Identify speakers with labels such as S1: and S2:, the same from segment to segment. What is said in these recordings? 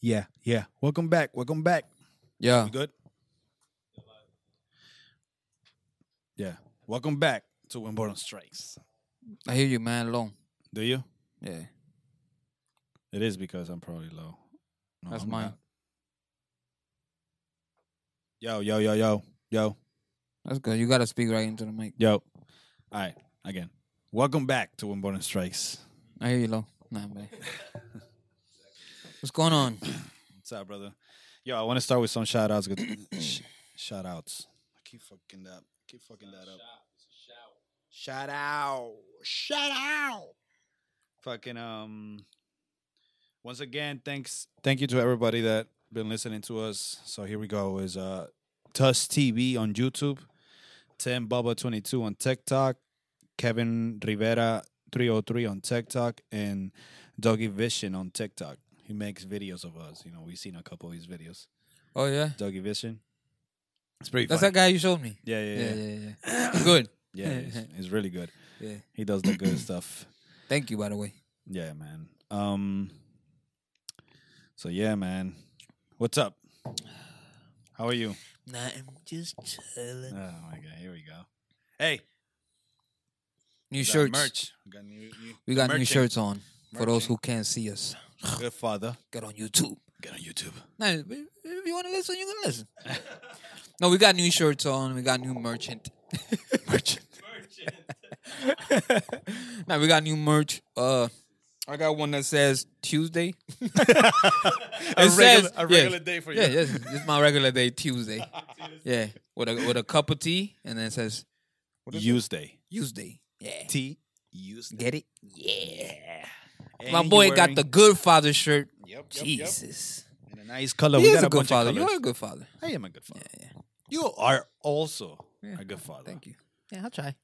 S1: Yeah, yeah. Welcome back. Welcome back.
S2: Yeah.
S1: You good? Yeah. Welcome back to When Boredom Strikes.
S2: I hear you, man. Long.
S1: Do you?
S2: Yeah.
S1: It is because I'm probably low. No,
S2: That's
S1: I'm
S2: mine.
S1: not. Yo, yo, yo, yo, yo,
S2: That's good. You gotta speak right into the mic.
S1: yo. All right, again. Welcome back to When Boredom Strikes.
S2: I hear you, long. Nah, I'm back. What's going on?
S1: What's up, brother? Yo, I want to start with some shout outs. sh- shout outs. I keep fucking that. Keep fucking that up. Shout out. Shout out. Fucking um once again, thanks thank you to everybody that been listening to us. So here we go is uh Tuss TV on YouTube, Tim Bubba 22 on TikTok, Kevin Rivera 303 on TikTok, and Doggy Vision on TikTok. He makes videos of us. You know, we've seen a couple of his videos.
S2: Oh yeah.
S1: Doggy Vision. It's pretty
S2: That's
S1: funny.
S2: that guy you showed me.
S1: yeah, yeah, yeah.
S2: Yeah,
S1: Yeah,
S2: yeah, yeah. good.
S1: it's, it's really good.
S2: Yeah.
S1: He does the good stuff.
S2: Thank you, by the way.
S1: Yeah, man. Um. So yeah, man. What's up? How are you?
S2: Nah, I'm just
S1: Oh
S2: chilling.
S1: my god, here we go. Hey,
S2: New
S1: that
S2: shirts.
S1: merch. We got new, new,
S2: We got new
S1: merching.
S2: shirts on for those
S1: Merching.
S2: who can't see us.
S1: Good father.
S2: Get on YouTube.
S1: Get on YouTube.
S2: Nah, if if you want to listen, you can listen. no, we got new shirts on. We got new merchant.
S1: Merch.
S2: now we got new merch. Uh, I got one that says Tuesday. it
S1: A regular,
S2: says-
S1: a regular
S2: yeah,
S1: day for you.
S2: Yeah, yes, it's my regular day Tuesday. yeah, with a with a cup of tea, and then it says
S1: Tuesday.
S2: Tuesday. Yeah,
S1: T. Tuesday.
S2: get it? Yeah.
S1: And
S2: my
S1: he
S2: boy
S1: wearing-
S2: got the good father shirt.
S1: Yep, yep, yep.
S2: Jesus,
S1: In a nice color.
S2: he
S1: we
S2: is
S1: got
S2: a good
S1: bunch of
S2: father. You
S1: colors.
S2: are a good father.
S1: I am a good father.
S2: Yeah, yeah.
S1: You are also
S2: Yeah.
S1: a good father.
S2: Thank you. Yeah, I'll try.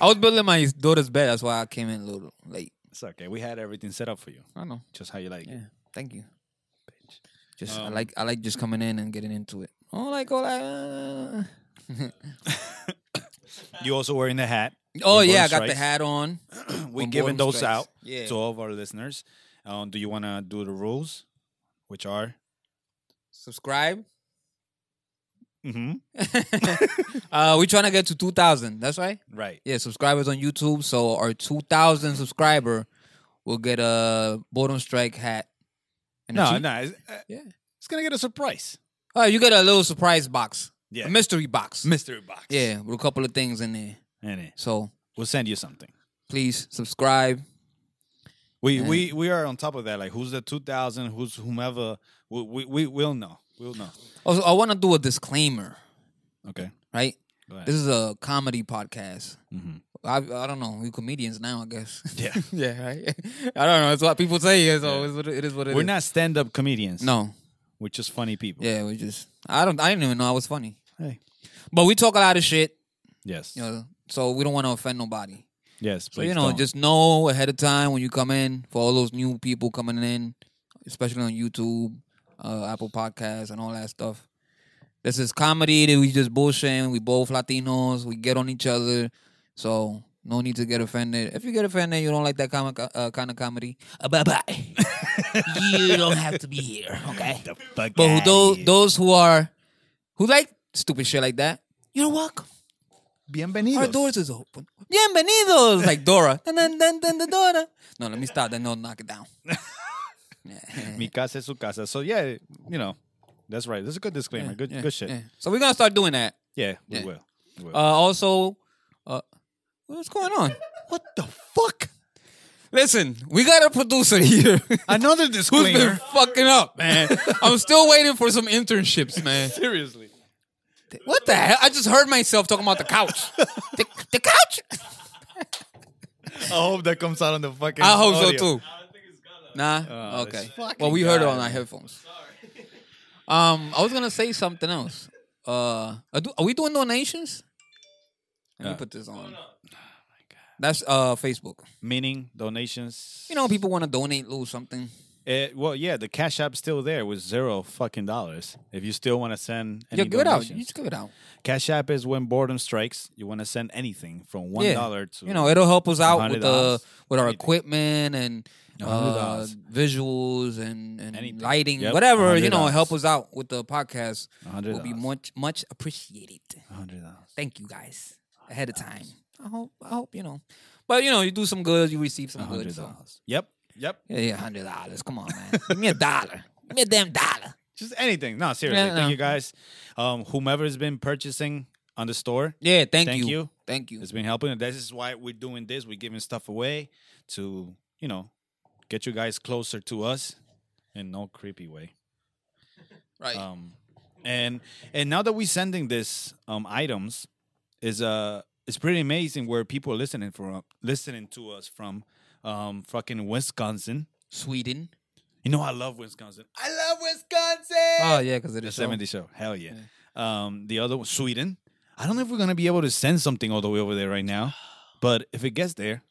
S2: I was building my daughter's bed. That's why I came in a little late.
S1: It's okay. We had everything set up for you,
S2: I know.
S1: just how you like it.
S2: Yeah. Thank you.
S1: bitch.
S2: Just I
S1: Um,
S2: like I like just coming in and getting into it. Oh, like all that. uh,
S1: You also wearing the hat.
S2: oh
S1: When
S2: yeah, I
S1: Boredom
S2: got the
S1: Strikes.
S2: hat on.
S1: We're
S2: When
S1: giving
S2: boredom
S1: those
S2: strikes.
S1: out
S2: Yeah.
S1: to all of our listeners. Um, do you want to do the rules, which are?
S2: Subscribe.
S1: Mm-hmm.
S2: uh, we're trying to get to two thousand. That's right.
S1: Right.
S2: Yeah, subscribers on YouTube. So our two thousand subscriber will get a boredom strike hat. And a
S1: No,
S2: cheap-
S1: no. It's, uh,
S2: Yeah.
S1: it's gonna get a surprise.
S2: Oh, you get a little surprise box.
S1: Yeah.
S2: A mystery box.
S1: Mystery box.
S2: yeah, with a couple of things in there.
S1: And it,
S2: So
S1: we'll send you something.
S2: please subscribe.
S1: We
S2: Yeah.
S1: we we are on top of that. Like who's the two thousand? Who's whomever? We we we will know. We'll know.
S2: Also, I want to do a disclaimer,
S1: Okay.
S2: right?
S1: Go ahead.
S2: This is a comedy podcast.
S1: Mhm.
S2: I, I don't know. We comedians now, I guess.
S1: Yeah.
S2: yeah, right. I don't know. It's what people say. So
S1: Yeah.
S2: it's what it, it is. What it
S1: We're
S2: is.
S1: not stand-up comedians.
S2: No.
S1: we're just funny people.
S2: Yeah, we just. I don't. I didn't even know I was funny.
S1: Hey.
S2: But we talk a lot of shit.
S1: Yes.
S2: You know, so we don't want to offend nobody.
S1: Yes.
S2: So
S1: please
S2: you know,
S1: don't.
S2: just know ahead of time when you come in for all those new people coming in, especially on YouTube, uh, Apple Podcasts, and all that stuff. This is comedy that we just bullshitting. We both Latinos. We get on each other, so no need to get offended. If you get offended, you don't like that comic, uh, kind of comedy. Uh, bye bye. you don't have to be here, okay?
S1: the fuck
S2: But who,
S1: outta
S2: those
S1: here.
S2: those who are who like stupid shit like that, you're welcome. Our
S1: bienvenidos.
S2: doors is open. Bienvenidos, like Dora. Dun, dun, dun, dun, dun, Dora. No, let me stop. Then they'll knock it down.
S1: Mi casa es su casa. So yeah, you know, that's right. That's a good disclaimer. good
S2: Yeah,
S1: good shit.
S2: yeah.
S1: Yeah,
S2: So we're gonna start doing that.
S1: we
S2: Yeah.
S1: will. We will.
S2: Uh, also, uh, what's going on?
S1: what the fuck?
S2: Listen, we got a producer here
S1: Another
S2: who's been
S1: disclaimer.
S2: fucking up, man. I'm still waiting for some internships, man.
S1: Seriously.
S2: What the hell? I just heard myself talking about the couch. The, the couch?
S1: I hope that comes out on the fucking.
S2: I hope
S1: audio.
S2: so too. Nah.
S1: Oh, this
S2: okay.
S1: fucking
S2: Well, we heard it
S1: guy,
S2: on our
S1: man.
S2: headphones. Um, I was gonna say something else. Uh, are, do- are we doing donations? Let me
S1: Uh,
S2: put this on. That's uh Facebook.
S1: Meaning donations.
S2: You know, people want to donate, little something.
S1: It, Eh, well, yeah, the Cash App's still there with zero fucking dollars. If you still want to send, any
S2: Yeah, give it out. You
S1: donations.
S2: just give it out.
S1: Cash App is when boredom strikes. You want to send anything from one dollar to
S2: you know it'll help us out with the
S1: $100,
S2: with our
S1: anything.
S2: equipment and uh,
S1: $100.
S2: visuals and,
S1: Anything.
S2: and lighting,
S1: Yep,
S2: whatever you know,
S1: $100.
S2: help us out with the podcast.
S1: hundred
S2: Will be
S1: dollars.
S2: much much appreciated.
S1: Hundred dollars.
S2: Thank you guys ahead of time. I hope I hope you know, but you know you do some good, you receive some good.
S1: hundred
S2: So.
S1: dollars. Yep. Yep.
S2: Yeah, yeah, hundred dollars. Come on, man, give me a dollar, give me a damn dollar.
S1: Just anything. No, seriously.
S2: Yeah, no.
S1: Thank you guys. Um, whomever's been purchasing on the store,
S2: Yeah, thank,
S1: Thank
S2: you.
S1: you.
S2: thank you.
S1: it's been helping. This is why we're doing this. We're giving stuff away to you know get you guys closer to us in no creepy way.
S2: Right,
S1: Um, and and now that we're sending this um items, is uh it's pretty amazing where people are listening from listening to us from um fucking Wisconsin.
S2: Sweden.
S1: You know I love Wisconsin. I love Wisconsin.
S2: Oh yeah, because it
S1: the
S2: is so.
S1: seventy show. Hell yeah. Um, the other one, Sweden. I don't know if we're gonna be able to send something all the way over there right now, but if it gets there,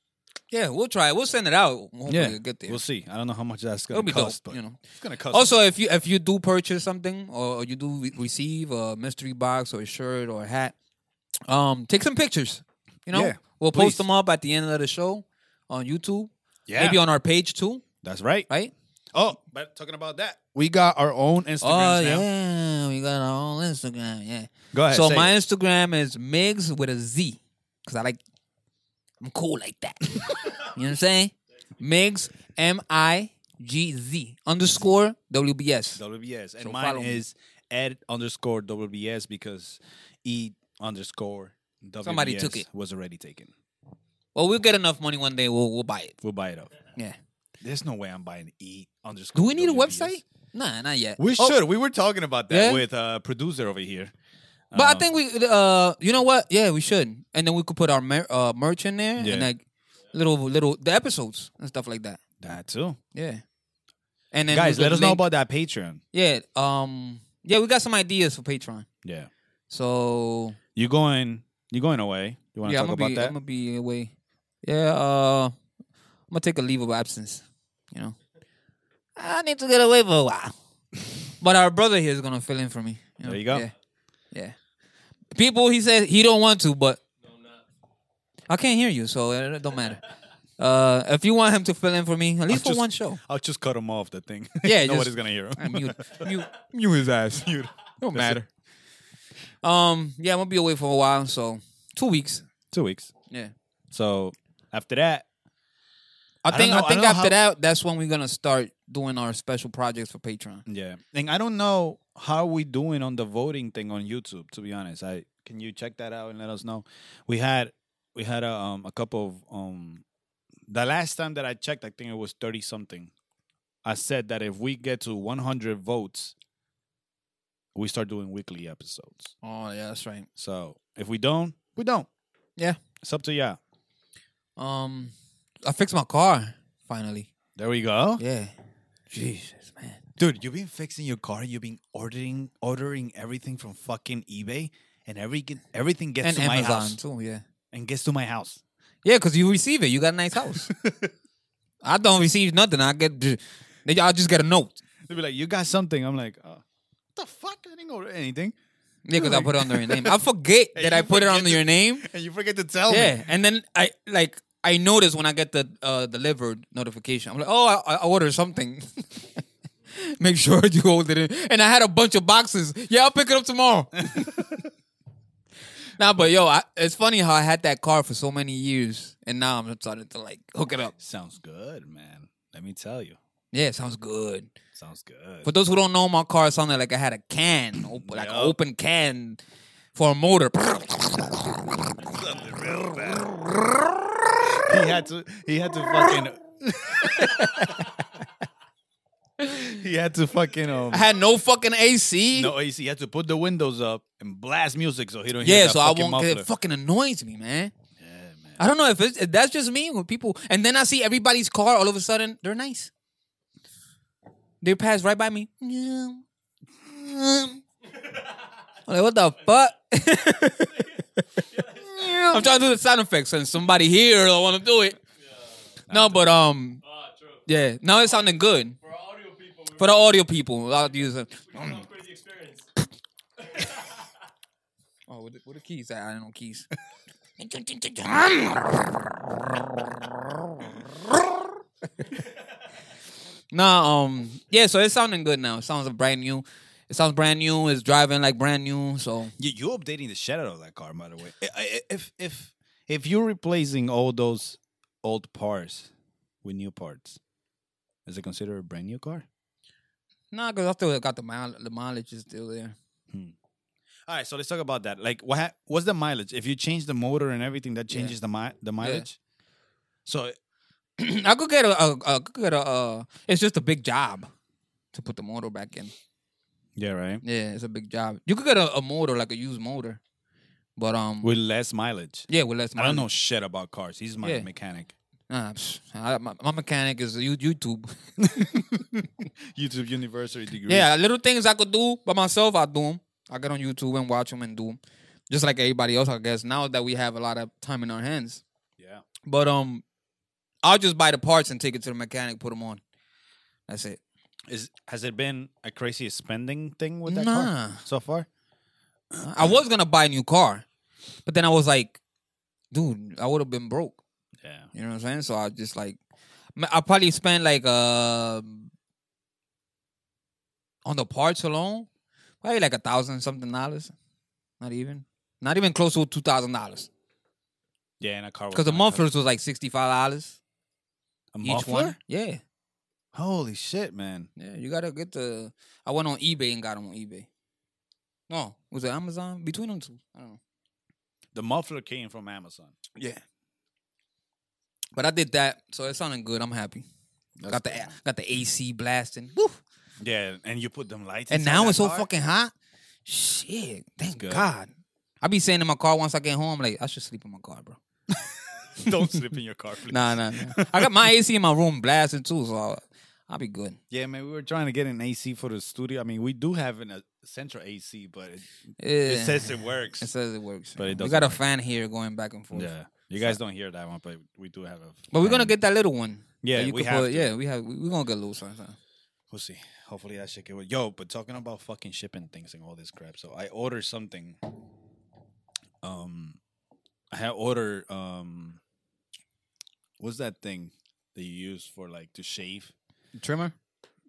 S2: Yeah, we'll try. it. We'll send it out. Hopefully
S1: yeah,
S2: it'll get there.
S1: we'll see. I don't know how much that's gonna
S2: It'll be
S1: cost,
S2: dope.
S1: but
S2: You know.
S1: it's gonna cost.
S2: Also, if you if you do purchase something or you do re- receive a mystery box or a shirt or a hat, um, take some pictures. You know,
S1: Yeah,
S2: we'll
S1: please.
S2: post them up at the end of the show on YouTube.
S1: yeah,
S2: Maybe on our page too,
S1: that's right.
S2: right?
S1: Oh, but talking about that, we got our own Instagram
S2: oh
S1: now.
S2: yeah, we got our own Instagram. Yeah.
S1: Go ahead.
S2: so
S1: say
S2: my
S1: it.
S2: Instagram is Migs with a Z, cause I like I'm cool like that. you know what I'm saying? Migs M I G Z underscore WBS.
S1: WBS. And
S2: So
S1: mine
S2: follow me.
S1: is Ed underscore WBS because E underscore WBS
S2: Somebody took it.
S1: was already taken.
S2: Well, we'll get enough money one day. We'll we'll buy it.
S1: We'll buy it up.
S2: Yeah.
S1: There's no way I'm buying E underscore.
S2: Do we need a
S1: WBS.
S2: website? Nah, not yet.
S1: We
S2: Oh,
S1: should. We were talking about that
S2: Yeah?
S1: with uh, producer over here. Um,
S2: but
S1: Uh-huh.
S2: I think we, uh, you know what? Yeah, we should. And then we could put our mer- uh, merch in there
S1: Yeah.
S2: and like little little the episodes and stuff like that.
S1: that too.
S2: Yeah. And then
S1: Guys,
S2: we could
S1: let us know
S2: link-
S1: about that Patreon.
S2: yeah. Um. Yeah, we got some ideas for Patreon.
S1: Yeah.
S2: So
S1: You going you going away. You wanna
S2: yeah, I'm
S1: talk
S2: gonna
S1: about
S2: be
S1: that?
S2: I'm gonna be away. Yeah. Uh, I'm gonna take a leave of absence. You know, I need to get away for a while. but our brother here is gonna fill in for me. know?
S1: There you go.
S2: Yeah. Yeah. People, he says he don't want to, but I can't hear you, so it don't matter. Uh, if you want him to fill in for me, at least for
S1: just-
S2: one show,
S1: I'll just cut him off the thing.
S2: Yeah,
S1: Nobody's
S2: just-
S1: gonna hear him.
S2: I mute, mute,
S1: You his ass. Mute.
S2: don't matter. Um, yeah, I'm gonna be away for a while, so two weeks.
S1: Two weeks.
S2: Yeah,
S1: So after that,
S2: I
S1: don't
S2: think
S1: know-
S2: I,
S1: I
S2: think
S1: don't know
S2: after
S1: how-
S2: that, that's when we're gonna start doing our special projects for Patreon.
S1: Yeah, and I don't know how we doing on the voting thing on YouTube. To be honest, I can you check that out and let us know. We had we had a, um, a couple of um the last time that I checked, I think it was thirty something. I said that if we get to one hundred votes, we start doing weekly episodes.
S2: Oh yeah, that's right.
S1: So if we don't, we don't.
S2: Yeah.
S1: it's up to y'all.
S2: Um, I fixed my car finally.
S1: There we go,
S2: Yeah, Jesus man.
S1: dude. You've been fixing your car. You've been ordering ordering everything from fucking eBay, and every everything gets
S2: and
S1: to my house.
S2: Amazon too. Yeah,
S1: and gets to my house.
S2: yeah, because you receive it. You got a nice house. I don't receive nothing. I get. I just get a note.
S1: They'll be like, "You got something?" I'm like, oh, "What the fuck? I didn't order anything."
S2: Yeah, because I put it under your name. I forget
S1: Hey,
S2: that
S1: you
S2: I put it
S1: forget
S2: under
S1: to-
S2: your name.
S1: And you forget to tell me.
S2: Yeah, and then I like I notice when I get the uh, delivered notification. I'm like, oh, I, I ordered something. Make sure you hold it in. And I had a bunch of boxes. Yeah, I'll pick it up tomorrow. nah, but yo, I, it's funny how I had that car for so many years, and now I'm starting to like hook it up.
S1: Sounds good, man. Let me tell you,
S2: Yeah, sounds good.
S1: sounds good.
S2: For those who don't know, my car sounded like I had a can, op- like an
S1: Yup.
S2: open can for a motor.
S1: he had to. He had to fucking. he had to fucking um.
S2: I had no fucking AC.
S1: No, AC. He had to put the windows up and blast music so he don't hear
S2: yeah,
S1: that
S2: so I
S1: fucking
S2: won't.
S1: muffler.
S2: It fucking annoys me, man.
S1: yeah, man.
S2: I don't know if, it's, if that's just me when people, and then I see everybody's car all of a sudden they're nice. They pass right by me. Yeah. Um. I'm like, what the fuck? I'm trying to do the sound effects, and somebody
S1: Ah,
S2: here don't want to do it. No, but um, yeah, now it's sounding good.
S3: For all
S2: For the audio people, a lot of these. Are,
S3: Sounds crazy experience.
S2: oh, what the, where the keys at? I don't know keys. nah, um, yeah. So it's sounding good now. It sounds brand new. It sounds brand new. It's driving like brand new. So
S1: You, you're updating the shit out of that car, by the way. I- I- If if if you're replacing all those old parts with new parts, is it considered a brand new car?
S2: nah, cause I still got the mile. The mileage is still there.
S1: All right, so let's talk about that. Like, what ha- what's the mileage? If you change the motor and everything, that
S2: Yeah.
S1: changes the mi- the mileage. So
S2: I could get a, a, a could get a. Uh, it's just a big job to put the motor back in.
S1: yeah, right.
S2: Yeah, it's a big job. You could get a, a motor like a used motor, but um,
S1: With less mileage.
S2: yeah, with less.
S1: I don't
S2: mileage.
S1: know shit about cars. He's my
S2: Yeah.
S1: mechanic.
S2: Nah, psh, I, my, my mechanic is Yo- YouTube.
S1: YouTube university degree.
S2: yeah, little things I could do by myself, I do them. I get on YouTube and watch them and do them, just like everybody else, I guess. Now that we have a lot of time in our hands,
S1: yeah.
S2: but um, I'll just buy the parts and take it to the mechanic, put them on. That's it.
S1: Is has it been a crazy spending thing with that car
S2: Nah.
S1: so far?
S2: I was gonna buy a new car, but then I was like, dude, I would have been broke.
S1: Yeah.
S2: You know what I'm saying? So I just like, m- I probably spent like uh on the parts alone, probably like a thousand something dollars. Not even, not even close to two thousand dollars.
S1: Yeah, and a car was
S2: Because the
S1: not
S2: mufflers was like sixty five dollars
S1: a
S2: each
S1: muffler?
S2: one. Yeah,
S1: Holy shit, man!
S2: yeah. You gotta get the. I went on eBay and got them on eBay. No, was it Amazon? Between them two, I don't know.
S1: The muffler came from Amazon.
S2: Yeah. But I did that, so it sounded good. I'm happy.
S1: That's
S2: got the
S1: good.
S2: got the AC blasting. Woo!
S1: Yeah, and you put them lights.
S2: And
S1: inside
S2: now
S1: that
S2: it's so
S1: car?
S2: fucking hot. Shit. Thank
S1: good.
S2: God. I be saying in my car once I get home, like, I should sleep in my car, bro.
S1: Don't sleep in your car, please.
S2: Nah, nah, nah. I got my AC in my room blasting too, so I'll, I'll be good.
S1: Yeah, man, we were trying to get an AC for the studio. I mean, we do have an, a central AC, but it,
S2: Yeah.
S1: it says it works.
S2: It says it works.
S1: But it
S2: we
S1: doesn't
S2: got a fan here going back and forth.
S1: yeah, you guys don't hear that one, but we do have a.
S2: But we're gonna
S1: fan.
S2: get that little one.
S1: Yeah,
S2: that you
S1: we
S2: could
S1: have
S2: put-
S1: to.
S2: Yeah, we have. we- We're gonna get a little something.
S1: We'll see. Hopefully that shit get. Yo, but talking about fucking shipping things and all this crap. So I ordered something. Um, I had ordered um. What's that thing that you use for like to shave?
S2: Trimmer.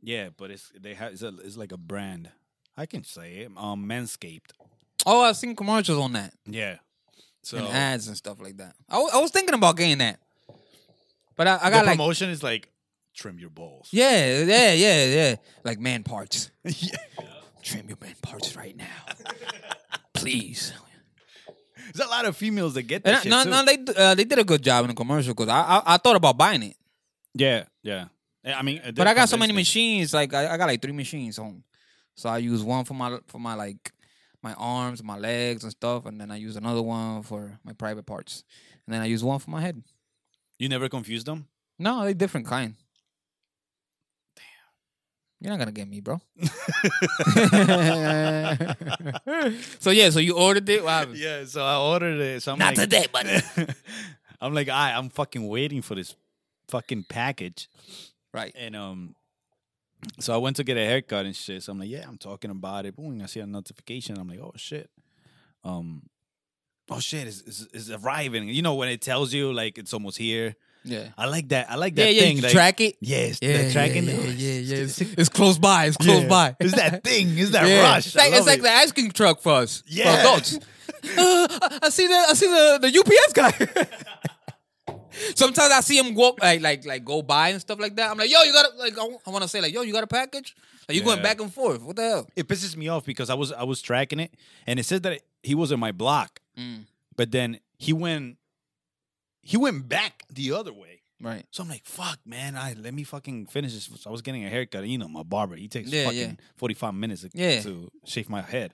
S1: Yeah, but it's they have it's, a, it's like a brand. I can say it. Um, Manscaped.
S2: Oh, I've seen commercials on that.
S1: Yeah. So
S2: and uh, ads and stuff like that. I wa- I was thinking about getting that, but I, I got
S1: the
S2: like
S1: promotion is like trim your balls.
S2: yeah, yeah, yeah, yeah, like man parts.
S1: Yeah.
S2: Trim your man parts right now, please.
S1: There's a lot of females that get
S2: And
S1: that
S2: I,
S1: shit
S2: no,
S1: too.
S2: no, they uh, they did a good job in the commercial because I, I I thought about buying it,
S1: yeah, yeah. Yeah, I mean, uh,
S2: but I got so
S1: there's
S2: many
S1: this-
S2: machines. Like I, I got like three machines home, so I use one for my for my like my arms, my legs, and stuff, and then I use another one for my private parts, and then I use one for my head.
S1: You never confuse them.
S2: No, they different kind. Damn. You're not gonna get me, bro. so yeah, so you ordered it. What happened?
S1: Yeah, so I ordered it. So I'm
S2: Not
S1: like,
S2: today, buddy.
S1: I'm like, I, I'm fucking waiting for this fucking package,
S2: Right.
S1: and um, so I went to get a haircut and shit. So I'm like, yeah, I'm talking about it. Boom, I see a notification. I'm like, oh shit, um, oh shit, it's, it's, it's arriving. You know when it tells you like it's almost here.
S2: Yeah.
S1: I like that. I like
S2: Yeah,
S1: that
S2: yeah.
S1: thing.
S2: you
S1: like,
S2: track it.
S1: Yes,
S2: Yeah,
S1: the tracking.
S2: Yeah,
S1: oh,
S2: yeah, yeah, yeah.
S1: it's-
S2: It's, it's close by. It's close
S1: yeah.
S2: by.
S1: It's that thing. It's that
S2: Yeah.
S1: rush.
S2: It's
S1: I
S2: like, it's
S1: love
S2: like
S1: it.
S2: the ice cream truck for us.
S1: Yeah.
S2: For adults. Uh, I- I see the I see the, the UPS guy. Sometimes I see him go like like like go by and stuff like that. I'm like, yo, you got a like I, want to say like, yo, you got a package? Like you going
S1: Yeah.
S2: back and forth? What the hell?
S1: it pisses me off because I was I was tracking it and it said that it, he was in my block,
S2: Mm.
S1: but then he went he went back the other way.
S2: Right.
S1: So I'm like, fuck, man, I let me fucking finish this. So I was getting a haircut. You know, my barber, he takes
S2: Yeah,
S1: fucking
S2: yeah.
S1: 45 minutes to-
S2: Yeah.
S1: to shave my head,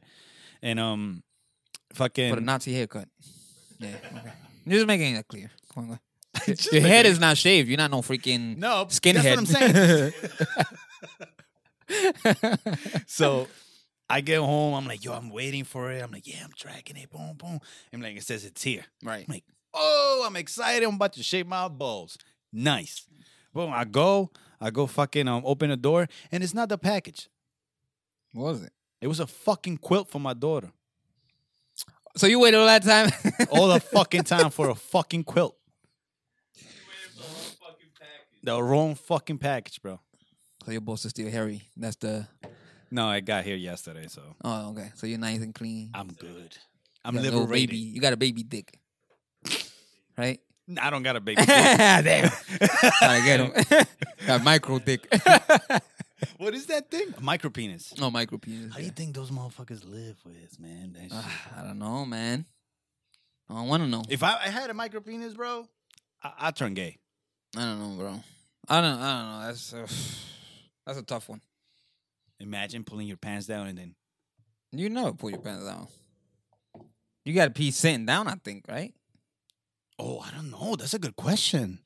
S1: and um, fucking
S2: With a Nazi haircut. Yeah. Okay. You're just making that clear. Come on, go.
S1: Just
S2: Your
S1: like-
S2: head is not shaved. You're not no freaking
S1: no
S2: skinhead.
S1: That's what I'm saying. So I get home, I'm like, yo, I'm waiting for it. I'm like, yeah, I'm tracking it. Boom, boom. I'm like, it says it's here.
S2: right.
S1: I'm like, oh, I'm excited. I'm about to shave my balls. Nice. Boom, I go. I go fucking um, open the door, and it's not the package.
S2: What was it?
S1: It was a fucking quilt for my daughter.
S2: So you waited all that time?
S1: All the fucking time for a fucking quilt. The wrong fucking package, bro.
S2: so your boss is still hairy. That's the.
S1: No, I got here yesterday, so
S2: Oh, okay. So you're nice and clean.
S1: I'm good. I'm
S2: You got no
S1: liberated.
S2: baby. You got a baby dick, right?
S1: I don't got a baby.
S2: Damn. Gotta get him. got micro dick.
S1: what is that thing? micro penis.
S2: no micro penis.
S1: How do you think those motherfuckers live with, man? That
S2: yeah.
S1: shit.
S2: Ah, I don't know, man. I don't want to know.
S1: If I, I had a micro penis, bro, I, I turn gay.
S2: I don't know, bro. I don't. I don't know. That's uh, that's a tough one.
S1: Imagine pulling your pants down and then
S2: You never pull your pants down. You got to pee sitting down, I think, right?
S1: Oh, I don't know. That's a good question.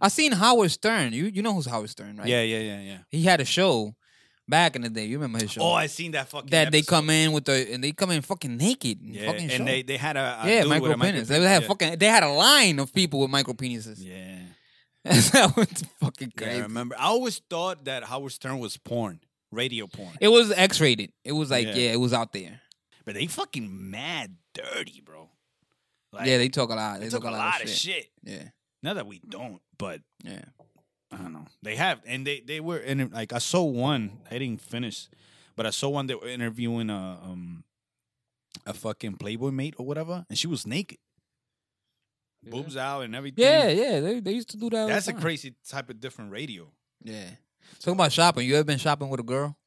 S2: I seen Howard Stern. You you know who's Howard Stern, right?
S1: Yeah, yeah, yeah, yeah.
S2: He had a show back in the day. You remember his show?
S1: Oh, I seen that fucking.
S2: that they
S1: episode.
S2: come in with the and they come in fucking naked. And
S1: Yeah,
S2: fucking
S1: and
S2: show.
S1: they they had a, a
S2: yeah,
S1: dude with
S2: micro
S1: a micro
S2: penis. They had
S1: yeah.
S2: fucking they had a line of people with micro penises.
S1: Yeah.
S2: that was fucking
S1: Yeah, I
S2: crazy.
S1: remember. I always thought that Howard Stern was porn, radio porn.
S2: it was X rated. It was like
S1: Yeah.
S2: yeah. it was out there.
S1: but they fucking mad dirty, bro. Like,
S2: yeah, they talk a lot. They,
S1: took a lot of shit.
S2: Yeah,
S1: Not that we don't, but
S2: yeah.
S1: I don't know. They have, and they they were in like I saw one. I didn't finish, but I saw one that were interviewing a um a fucking Playboy mate or whatever, and she was naked, boobs out and everything.
S2: Yeah, yeah. They, they used to do that. all the
S1: that's a
S2: time.
S1: crazy type of different radio.
S2: Yeah. Talking about shopping. You ever been shopping with a girl?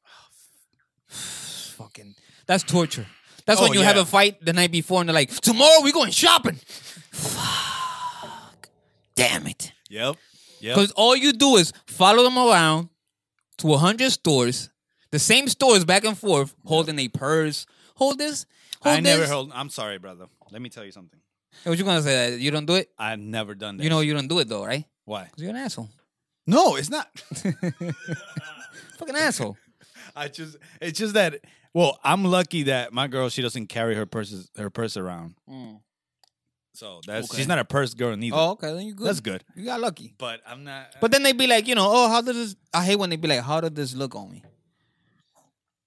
S2: Fucking. That's torture. That's
S1: Oh,
S2: when you have
S1: yeah.
S2: a fight the night before and they're like, tomorrow we're going shopping. Fuck. Damn it.
S1: Yep. Yep.
S2: Because all you do is follow them around to 100 stores, the same stores back and forth, holding a purse. Hold this. Hold
S1: I
S2: this.
S1: never held. I'm sorry, brother. Let me tell you something.
S2: Hey, What you going to say? That you don't do it?
S1: I've never done that.
S2: You know you don't do it though, right?
S1: why?
S2: Because you're an asshole.
S1: No, it's not.
S2: Fucking asshole.
S1: I just it's just that well, I'm lucky that my girl she doesn't carry her purses her purse around. So that's
S2: Mm. Okay.
S1: she's not a purse girl neither.
S2: Oh, okay. Then you good.
S1: That's good.
S2: You got lucky.
S1: But I'm not uh,
S2: But then they be like, you know, oh, how does this? I hate when they be like, how did this look on me?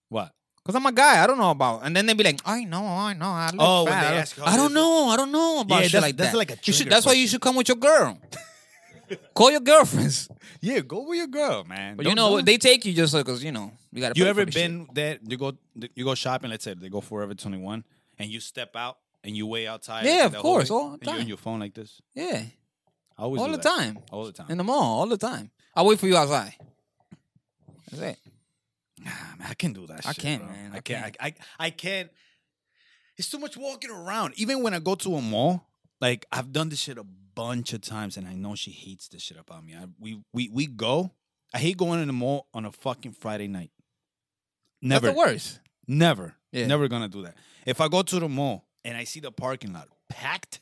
S1: what?
S2: Cause I'm a guy, I don't know about. And then they be like, I know, I know, I look
S1: Oh, when
S2: fat.
S1: they
S2: I don't-
S1: ask how
S2: I
S1: this-
S2: don't know, I don't know about
S1: Yeah,
S2: shit
S1: that's-
S2: like
S1: that's
S2: that.
S1: like a
S2: you should,
S1: trigger
S2: that's why you
S1: question.
S2: should come with your girl. Call your girlfriends.
S1: Yeah, go with your girl, man.
S2: But
S1: Don't-
S2: you know,
S1: don't-
S2: they take you just because you know you got.
S1: you ever been there you go you go shopping, let's say they go Forever 21 and you step out and you wait outside.
S2: Yeah,
S1: the
S2: of
S1: whole-
S2: course, all the
S1: and You're on
S2: time.
S1: your phone like this.
S2: Yeah,
S1: I always
S2: all
S1: do
S2: the
S1: that.
S2: time
S1: All the time.
S2: in the mall, all the time. I wait for you outside. That's it.
S1: Nah, man, I can't do that.
S2: I
S1: shit,
S2: can't,
S1: bro.
S2: man.
S1: I
S2: I
S1: can't. I, I I can't. It's too much walking around. Even when I go to a mall, like I've done this shit a bunch of times, and I know she hates this shit about me. I, we we we go. I hate going in the mall on a fucking Friday night. Never,
S2: That's the worst.
S1: never,
S2: Yeah.
S1: never gonna do that. If I go to the mall and I see the parking lot packed,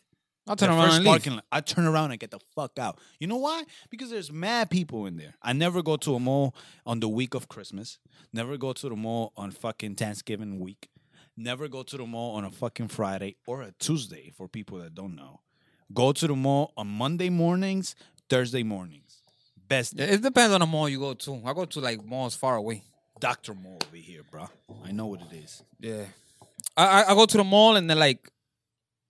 S2: I'll turn
S1: the
S2: around
S1: first
S2: and leave.
S1: parking lot, I turn around and get the fuck out. You know why? Because there's mad people in there. I never go to a mall on the week of Christmas. Never go to the mall on fucking Thanksgiving week. Never go to the mall on a fucking Friday or a Tuesday for people that don't know. Go to the mall on Monday mornings, Thursday mornings. Best
S2: Yeah, it depends on the mall you go to. I go to like malls far away.
S1: Dr. Mall over here, bro. I know what it is.
S2: Yeah. I, I I go to the mall and they're like,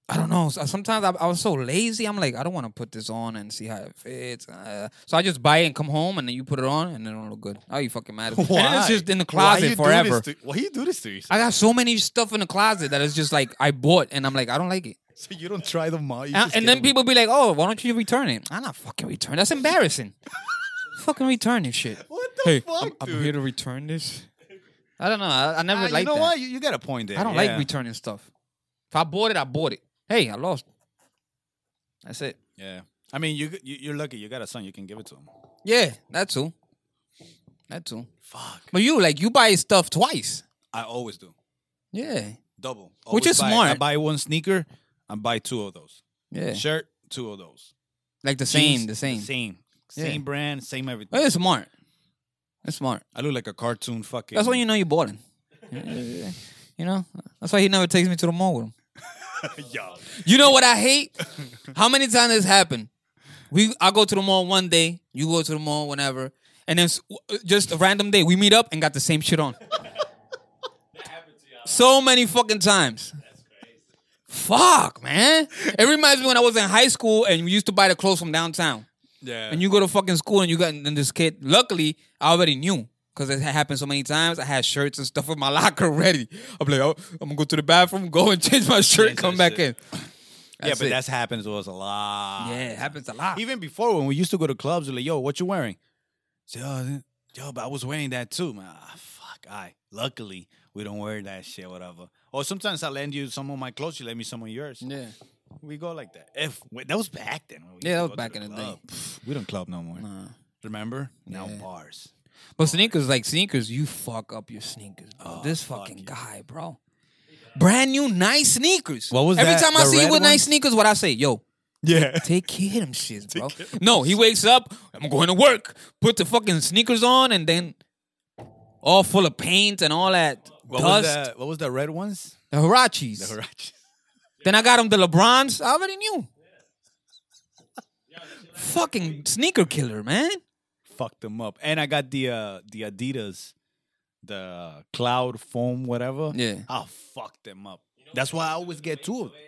S2: I don't know. so- Sometimes I, I was so lazy. I'm like, I don't want to put this on and see how it fits. Uh, so I just buy it and come home and then you put it on and it don't look good. Oh, you fucking mad? And it's just in the closet forever.
S1: why you do this to yourself?
S2: I got so many stuff in the closet that it's just like I bought and I'm like, I don't like it.
S1: So you don't try the mall. you
S2: And,
S1: just get
S2: and then
S1: them-
S2: people be like, Oh, why don't you return it? I'm not fucking return. That's embarrassing. fucking return this shit.
S1: What the fuck,
S2: I'm, I'm
S1: dude?
S2: here to return this. I don't know. I, I never
S1: Ah,
S2: like
S1: you know
S2: that.
S1: what? You, you got a point there.
S2: I don't
S1: yeah.
S2: like returning stuff. If I bought it, I bought it. Hey, I lost. That's it.
S1: Yeah. I mean, you, you you're lucky. You got a son. You can give it to him.
S2: Yeah, that too. That too.
S1: Fuck.
S2: But you like you buy stuff twice.
S1: I always do
S2: Yeah.
S1: double,
S2: Which
S1: Always
S2: is
S1: buy- I
S2: smart.
S1: buy one sneaker. I buy two of those.
S2: Yeah.
S1: Shirt, two of those.
S2: Like the same,
S1: Jeans,
S2: the same.
S1: same,
S2: Yeah.
S1: same brand, same everything.
S2: It's smart. It's smart.
S1: I look like a cartoon fucking.
S2: That's when you know you're balling. you know? That's why he never takes me to the mall with him.
S1: Yo.
S2: You know what I hate? How many times this happened? We I go to the mall one day, you go to the mall whenever, and then s- just a random day we meet up and got the same shit on. so many fucking times. Fuck, man. It reminds me when I was in high school and we used to buy the clothes from downtown.
S1: Yeah.
S2: And you go to fucking school and you got and this kid. Luckily, I already knew because it had happened so many times. I had shirts and stuff in my locker ready. I'm like, oh, I'm gonna go to the bathroom, go and change my shirt,
S1: Change
S2: come
S1: that
S2: back
S1: shit.
S2: in.
S1: yeah, but
S2: it.
S1: that's happened to us a lot.
S2: yeah, it happens a lot.
S1: Even before when we used to go to clubs, we're like, yo, what you wearing? Say, oh, yo, but I was wearing that too, man. Ah, fuck, I. Luckily, we don't wear that shit, whatever. Or sometimes I lend you some of my clothes, you lend me some of yours.
S2: yeah,
S1: We go like that. If we, that was back then. when we
S2: Yeah,
S1: used
S2: that
S1: to go to
S2: was back in the
S1: club. Pff, We don't club no more.
S2: Nah.
S1: Remember? Now
S2: Yeah.
S1: bars.
S2: but sneakers like sneakers, you fuck up your sneakers. Bro.
S1: Oh,
S2: this
S1: fuck
S2: fucking
S1: you.
S2: guy, bro. Brand new nice sneakers.
S1: What was
S2: Every
S1: that?
S2: time I
S1: The
S2: see you
S1: red
S2: with nice
S1: ones?
S2: sneakers, what I say, yo,
S1: Yeah.
S2: Take care of them shits, bro.
S1: care of them
S2: No, he wakes up. I'm going to work. Put the fucking sneakers on, and then all full of paint and all that
S1: What was
S2: dust.
S1: that? What was the red ones?
S2: The Hirachis.
S1: The Hirachis.
S2: then I got him the LeBrons. I already knew. fucking sneaker killer, man.
S1: Fucked them up. And I got the uh the Adidas, the uh, cloud foam, whatever.
S2: Yeah.
S1: I fucked them up. That's why I always get two of them.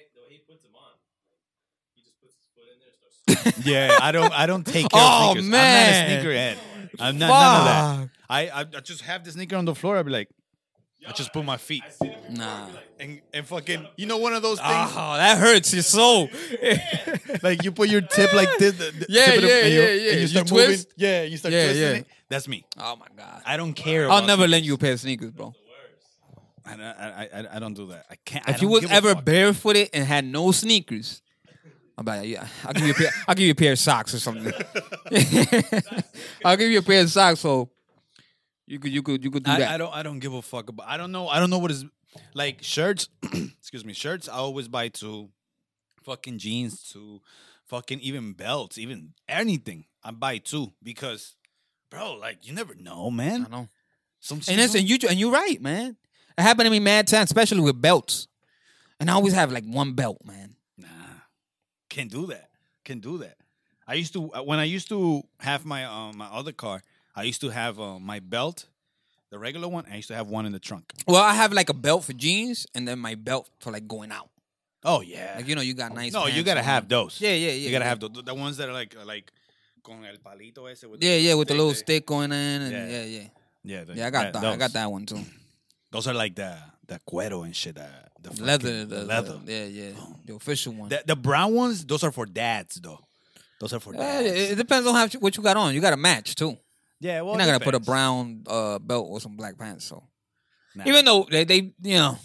S1: Yeah, I don't I don't take care of
S2: Oh,
S1: sneakers.
S2: man.
S1: I'm not a sneakerhead. I'm not none of that.
S2: Fuck.
S1: I, I I just have the sneaker on the floor. I'd be like, I just put my feet
S2: Nah.
S1: and and fucking you know one of those things
S2: Oh, that hurts your soul.
S1: like you put your tip like this. The, the
S2: Yeah,
S1: tip of the-
S2: yeah,
S1: and you,
S2: yeah, yeah.
S1: And
S2: You
S1: you start
S2: twist?
S1: moving. Yeah, you start
S2: Yeah,
S1: twisting
S2: yeah.
S1: it. That's me.
S2: oh my god.
S1: I don't care.
S2: I'll
S1: about
S2: never
S1: sneakers.
S2: lend you a pair of sneakers, bro.
S1: I, I, I, I don't do that. I can't. I
S2: If you
S1: don't
S2: was
S1: give a
S2: ever
S1: fuck.
S2: barefooted and had no sneakers, I'm like, yeah, I'll give you a pair. I'll give you a pair of socks or something. I'll give you a pair of socks. So you could, you could, you could do that.
S1: I, I don't. I don't give a fuck about. I don't know. I don't know what is like shirts. excuse me, shirts. I always buy two, fucking jeans, two, fucking even belts, even anything. I buy two because, bro, like you never know,
S2: I
S1: man.
S2: know.
S1: Some shit
S2: And that's
S1: don't-
S2: and you and you're right, man. It happened to me mad times, especially with belts. And I always have like one belt, man.
S1: Nah, can do that. Can do that. I used to uh, when I used to have my um my other car. I used to have uh, my belt, the regular one. I used to have one in the trunk.
S2: Well, I have like a belt for jeans, and then my belt for like going out.
S1: Oh yeah.
S2: Like you know, you got nice.
S1: no, you
S2: pants
S1: gotta
S2: on.
S1: have those.
S2: Yeah, yeah, yeah.
S1: You gotta
S2: yeah.
S1: have the the ones that are like uh, like con el palito ese. With
S2: Yeah, yeah, with the little
S1: they-
S2: stick going in, and
S1: Yeah.
S2: yeah, yeah,
S1: Yeah, the-
S2: yeah. I got that. I
S1: those.
S2: got that one too.
S1: Those are like the the cuero and shit. The, the fucking-
S2: leather,
S1: the
S2: the,
S1: leather.
S2: the- yeah, yeah, the official one.
S1: The, the brown ones. Those are for dads though. Those are for
S2: Yeah,
S1: dads.
S2: Uh, it, it depends on how what you got on. You got to match too.
S1: yeah, well,
S2: You're not gonna put a
S1: depends.
S2: brown uh, belt or some black pants. So
S1: Nah.
S2: even though they, they you know,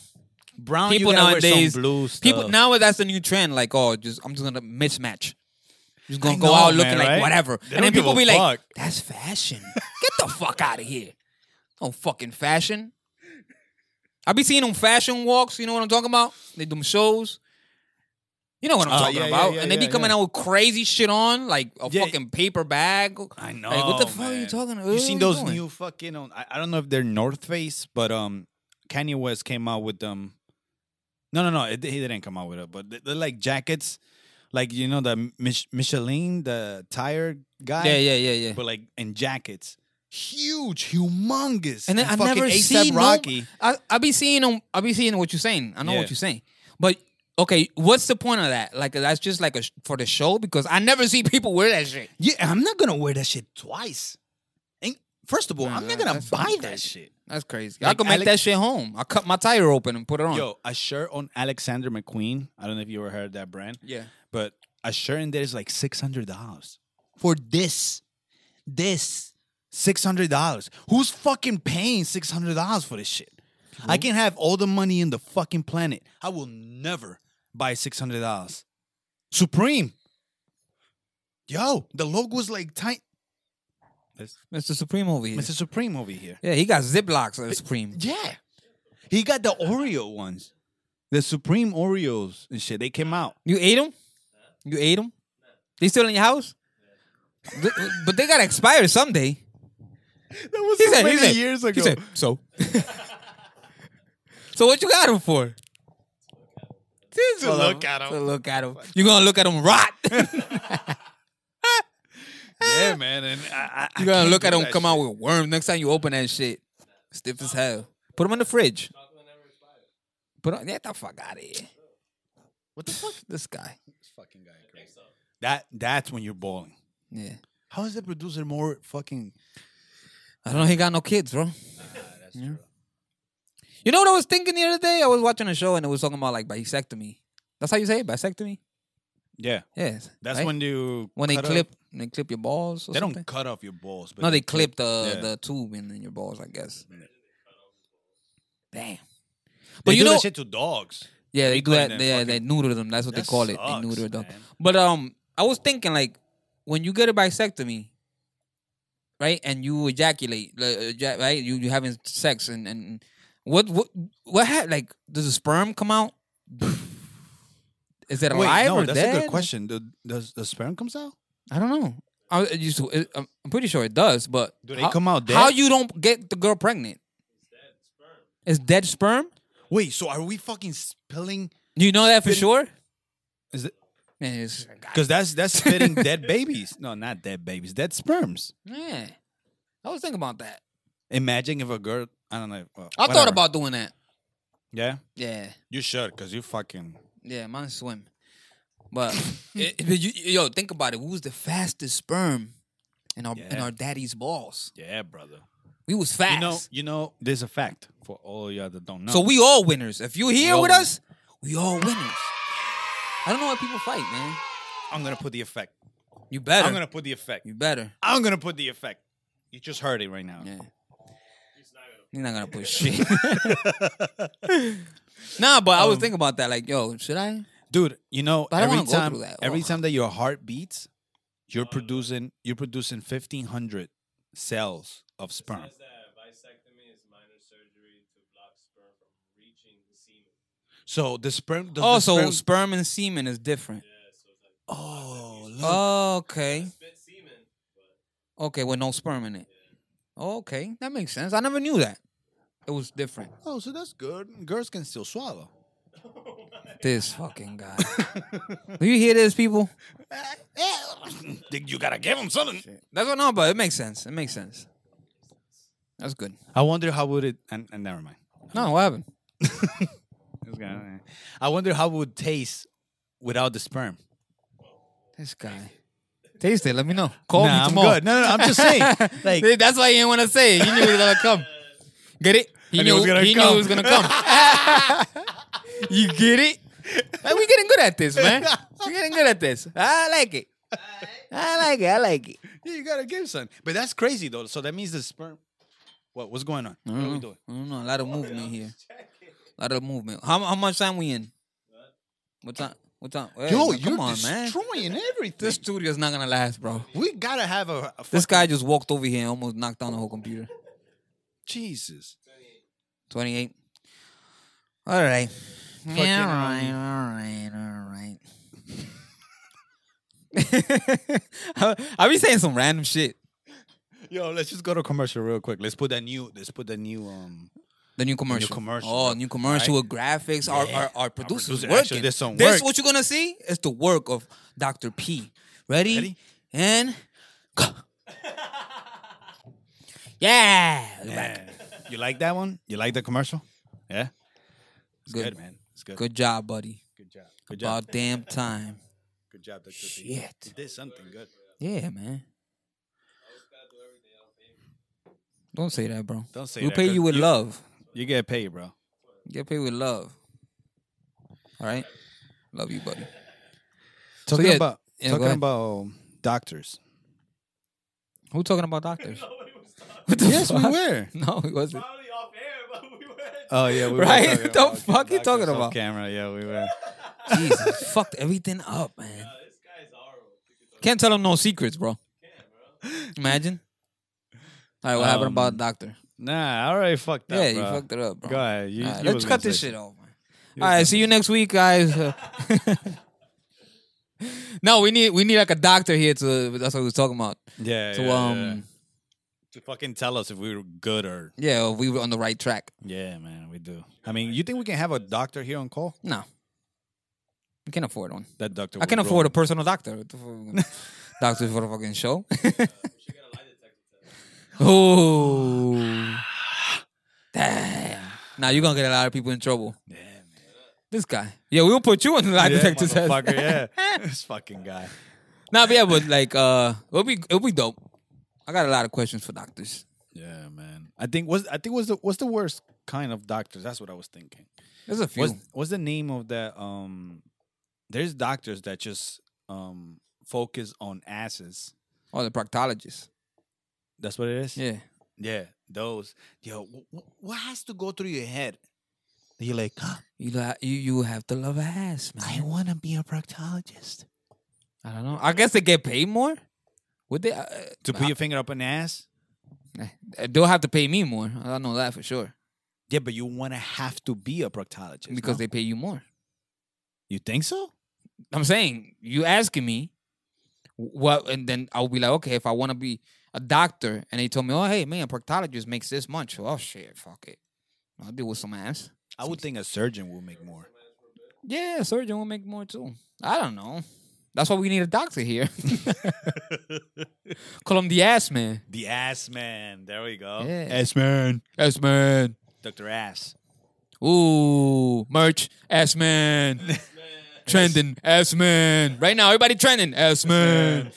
S1: brown,
S2: people
S1: you gotta wear some
S2: nowadays-
S1: blue stuff.
S2: people now that's the new trend. Like, oh, just I'm just gonna mismatch. Just gonna
S1: I
S2: go
S1: know,
S2: out
S1: man,
S2: looking like
S1: right?
S2: whatever,
S1: They
S2: and then
S1: don't give
S2: people
S1: a
S2: be like,
S1: fuck.
S2: "That's fashion. Get the fuck out of here. No fucking fashion." I be seeing them fashion walks. You know what I'm talking about? They do them shows. You know what I'm
S1: Oh,
S2: talking
S1: yeah, yeah,
S2: about?
S1: yeah,
S2: and they be
S1: yeah,
S2: coming
S1: yeah.
S2: out with crazy shit on, like a
S1: Yeah.
S2: fucking paper bag.
S1: I know.
S2: Like, what the fuck are you
S1: man.
S2: talking about?
S1: You
S2: What
S1: seen
S2: are you
S1: those
S2: doing?
S1: new fucking? On, I, I don't know if they're North Face, but um, Kanye West came out with them. No, no, no. It, he didn't come out with it, but they- they're like jackets, like you know the Mich- Michelin, the tire guy.
S2: Yeah, yeah, yeah, yeah.
S1: But like in jackets, huge, humongous,
S2: And then I
S1: fucking
S2: never
S1: A$AP
S2: seen no-
S1: Rocky.
S2: I I be seeing them. I be seeing what you're saying. I know
S1: Yeah.
S2: what you're saying. But okay, what's the point of that? Like that's just like a sh- for the show because I never see people wear that shit.
S1: Yeah, I'm not gonna wear that shit twice. And first of all,
S2: Nah,
S1: I'm not
S2: that-
S1: gonna
S2: that sounds
S1: buy that
S2: crazy.
S1: shit.
S2: That's crazy. I
S1: Like
S2: could make
S1: Alex-
S2: that shit home. I cut my tire open and put it on.
S1: Yo, a shirt on Alexander McQueen. I don't know if you ever heard of that brand.
S2: Yeah.
S1: but a shirt in there is like six hundred dollars for this, this six hundred dollars. Who's fucking paying six hundred dollars for this shit? I can have all the money in the fucking planet. I will never buy six hundred dollars. Supreme. Yo, the logo is like tight.
S2: Mr. Supreme over here.
S1: Mr. Supreme over here.
S2: Yeah, he got Ziplocs of Supreme.
S1: Yeah. He got the Oreo ones. The Supreme Oreos and shit. They came out.
S2: You ate them? You ate them? They still in your house? Th- uh, but they gotta expire someday.
S1: That was
S2: He said, he said, He said, so. so what you got him for? To
S1: look at 'em.
S2: To look at him. You're gonna look at him rot.
S1: yeah, man. And I, I, I
S2: You gotta
S1: can't
S2: look at
S1: do
S2: them
S1: that
S2: come
S1: shit.
S2: out with worms. Next time you open that shit, stiff as hell. Put them in the fridge. Put on, get the fuck out of here.
S1: What the fuck?
S2: This guy.
S1: This fucking guy. Crazy. That that's when you're balling.
S2: Yeah.
S1: How is the producer more fucking?
S2: I don't know. He got no kids, bro.
S1: that's
S2: Yeah. You know what I was thinking the other day? I was watching a show and it was talking about like bisectomy. That's how you say it, bisectomy.
S1: Yeah,
S2: Yes.
S1: that's
S2: right?
S1: when you
S2: when they
S1: cut
S2: clip
S1: Off,
S2: they clip your balls. Or
S1: they
S2: something?
S1: don't cut off your balls. But
S2: No, they clip the
S1: Yeah.
S2: the tube in, in your balls. I guess. Damn.
S1: They
S2: But you
S1: do that
S2: know,
S1: shit to dogs.
S2: yeah, they do
S1: clip
S2: that.
S1: them
S2: Yeah, they
S1: fucking-
S2: neuter them. That's what
S1: That
S2: they call it.
S1: sucks,
S2: They neuter them.
S1: man.
S2: But um, I was thinking like when you get a bisectomy, right, and you ejaculate, like, eja- right, you you having sex and and what what what ha- like does the sperm come out? Is it alive
S1: Wait, no,
S2: or
S1: that's
S2: dead?
S1: a good question. Do- does the sperm comes out?
S2: I don't know. I it used to, it, I'm I'm pretty sure it does, but
S1: Do they come out
S2: How
S1: dead?
S2: you don't get the girl pregnant? It's dead sperm.
S1: Wait, so are we fucking spilling?
S2: You know that for
S1: Spin-
S2: sure.
S1: Is it
S2: Man, it's,
S1: because that's that's spitting dead babies? No, not dead babies, dead sperms.
S2: yeah, I was thinking about that.
S1: Imagine if a girl. I don't know. well,
S2: I thought
S1: whatever.
S2: about doing that.
S1: Yeah,
S2: Yeah,
S1: you should because you fucking.
S2: yeah, mine swim, but, it, but you, yo, think about it. Who's the fastest sperm in our in
S1: Yeah.
S2: our daddy's balls?
S1: Yeah, brother.
S2: We was fast.
S1: You know, you know, there's a fact for all y'all that don't know.
S2: So we all winners. If you here
S1: all
S2: with
S1: winners.
S2: us, we all winners. I don't know why people fight, man.
S1: I'm gonna put the effect.
S2: You better.
S1: I'm gonna put the effect.
S2: You better.
S1: I'm gonna put the effect. You just heard it right now.
S2: Yeah. You're not gonna put shit. nah, but I
S1: Um,
S2: was thinking about that. Like, yo, should I?
S1: Dude, you know,
S2: But I don't
S1: every
S2: wanna go
S1: time
S2: through that. Uh,
S1: every
S2: Ugh.
S1: time that your heart beats, you're producing you're producing fifteen hundred cells of sperm.
S3: says that bisectomy is minor surgery to block sperm from reaching the semen.
S1: So the sperm does
S2: Also,
S1: the
S2: sperm?
S1: sperm,
S2: and semen is different.
S3: Yeah, so it's like
S1: Oh look.
S2: Okay.
S3: spit semen, but
S2: Okay, with no sperm in it. Okay, that makes sense. I never knew that. It was different.
S1: Oh, so that's good. Girls can still swallow.
S2: This fucking guy. Do you hear this, people? Eh,
S1: Think you gotta give them something.
S2: That's what no, but it makes sense. It makes sense. That's good.
S1: I wonder how would it and, and never mind.
S2: No, what happened?
S1: It's
S2: Mm.
S1: gonna- I wonder how it would taste without the sperm.
S2: This guy. Taste it. Let me know. Call
S1: Nah,
S2: me
S1: I'm
S2: tomorrow.
S1: good. No, no, I'm just saying. Like,
S2: that's why he didn't want to say it. He knew it was gonna come. Get it? He
S1: And it
S2: knew
S1: was gonna
S2: he knew
S1: come.
S2: it was gonna come. you get it? Like, we getting good at this, man. We getting good at this. I like it. I like it. I like it.
S1: Yeah, you gotta give some. But that's crazy though. So that means the sperm. What? What's going on? What are we doing?
S2: I don't know. A lot of movement here. A lot of movement. How how much time we in? What time? What time? Hey,
S1: Yo,
S2: man,
S1: you're
S2: come on, man.
S1: destroying everything.
S2: This studio's not gonna last, bro.
S1: we gotta have a, a
S2: This
S1: fucking-
S2: guy just walked over here and almost knocked down the whole computer.
S1: Jesus.
S2: 28. All right.
S1: Fucking,
S2: Yeah, all
S1: um,
S2: right, all right, all right. I be saying some random shit.
S1: Yo, let's just go to commercial real quick. Let's put that new. Let's put that new. Um.
S2: The new commercial.
S1: commercial,
S2: Oh,
S1: bro.
S2: new commercial with graphics. Our,
S1: Yeah.
S2: our,
S1: Our
S2: our producers
S1: producer actually
S2: working.
S1: did some
S2: This
S1: work.
S2: what you're going to see is the work of Dr. P. Ready?
S1: Ready?
S2: And go. yeah. we're back.
S1: yeah. You like that one? You like the commercial? Yeah. It's good,
S2: Good.
S1: man. It's good.
S2: Good job, buddy.
S1: Good job. Good job.
S2: About damn time.
S1: Good job. Dr. P. You
S2: Shit.
S1: did something good.
S2: Yeah, man. Don't say that, bro.
S1: Don't say
S2: We'll
S1: that,
S2: pay
S1: 'cause
S2: you with
S1: you-
S2: love.
S1: You get paid, bro.
S2: Get paid with love. All right? Love you, buddy.
S1: Talking
S2: yeah,
S1: about
S2: yeah, go
S1: talking
S2: ahead.
S1: about um, doctors.
S2: Who talking about doctors?
S3: nobody was talking.
S2: What the
S1: Yes, we
S2: fuck?
S1: were.
S2: No, it wasn't.
S3: Probably off air, but we were.
S1: Oh yeah, we
S2: Right?
S1: Were talking
S2: The
S1: about
S2: fuck you
S1: doctors
S2: talking
S1: off
S2: about?
S1: Camera, yeah, we were.
S2: Jesus, fucked everything up, man.
S3: Uh, this guy's horrible.
S2: Can't tell him no secrets, bro. Imagine. All right, what happened about
S1: Um,
S2: doctor?
S1: Nah, I already fucked up.
S2: Yeah, you
S1: bro.
S2: fucked it up, bro.
S1: Go ahead. You,
S2: All right,
S1: you
S2: let's
S1: was
S2: cut
S1: gonna
S2: this
S1: say
S2: shit off, man.
S1: You
S2: All
S1: was
S2: right, see you next week, guys. Uh, no, we need we need like a doctor here to. That's what we was talking about.
S1: something. Yeah.
S2: So
S1: yeah, yeah, yeah.
S2: um,
S1: to fucking tell us if we were good or
S2: yeah, we were on the right track.
S1: yeah, man, we do. I mean, you think we can have a doctor here on call?
S2: No, we can't afford one.
S1: That doctor.
S2: I can
S1: would
S2: afford a
S1: roll.
S2: personal doctor. What the fuck? Doctor for the fucking show.
S3: We should get a lie detector test.
S2: Ooh. Damn. Now you're gonna get a lot of people in trouble.
S1: Damn, man.
S2: This guy. Yeah, we'll put you on the lie detector test.
S1: motherfucker, yeah. this fucking guy.
S2: Nah, but yeah, but like uh it'll be it'll be dope. I got a lot of questions for doctors.
S1: Yeah, man. I think was I think was the what's the worst kind of doctors? That's what I was thinking.
S2: There's a few.
S1: What's what's the name of that? Um, there's doctors that just um focus on asses.
S2: oh, the proctologist.
S1: That's what it is.
S2: Yeah.
S1: yeah. Those. Yo, wh- wh- what has to go through your head? You're like,
S2: You li- you you have to love ass, man.
S1: I want to be a proctologist.
S2: I don't know. I guess they get paid more. Would they? Uh,
S1: To put your finger up an ass?
S2: uh, they'll have to pay me more. I know that for sure
S1: Yeah, but you want to have to be a proctologist
S2: because
S1: no?
S2: they pay you more.
S1: you think so?
S2: I'm saying you asking me what, and then I'll be like, okay, if I want to be a doctor, and they told me, oh hey man, proctologist makes this much. Oh shit, fuck it, I'll deal with some ass.
S1: I would think a surgeon will make more.
S2: Yeah, surgeon will make more too. I don't know. That's why we need a doctor here. Call him the ass man.
S1: The ass man. There we go.
S2: Yeah.
S1: Ass man.
S2: Oh, Ass man.
S1: Dr. Ass.
S2: Ooh, merch, ass man. trending, ass man. Right now, everybody trending, ass man.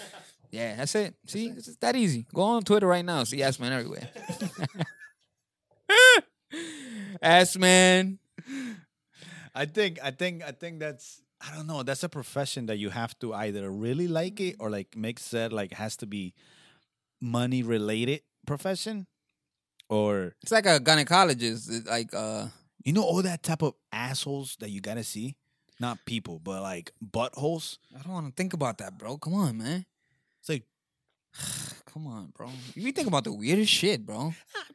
S2: Yeah, that's it. See, it's just that easy. Go on Twitter right now. See ass man everywhere. ass man.
S1: I think I think I think that's I don't know. That's a profession that you have to either really like it or like make said like has to be money related profession. Or
S2: It's like a gynecologist. It's like uh,
S1: you know all that type of assholes that you gotta see? Not people, but like buttholes.
S2: I don't want to think about that, bro. Come on, man.
S1: It's like
S2: Come on, bro. You be thinking about the weirdest shit, bro.
S1: "Ah,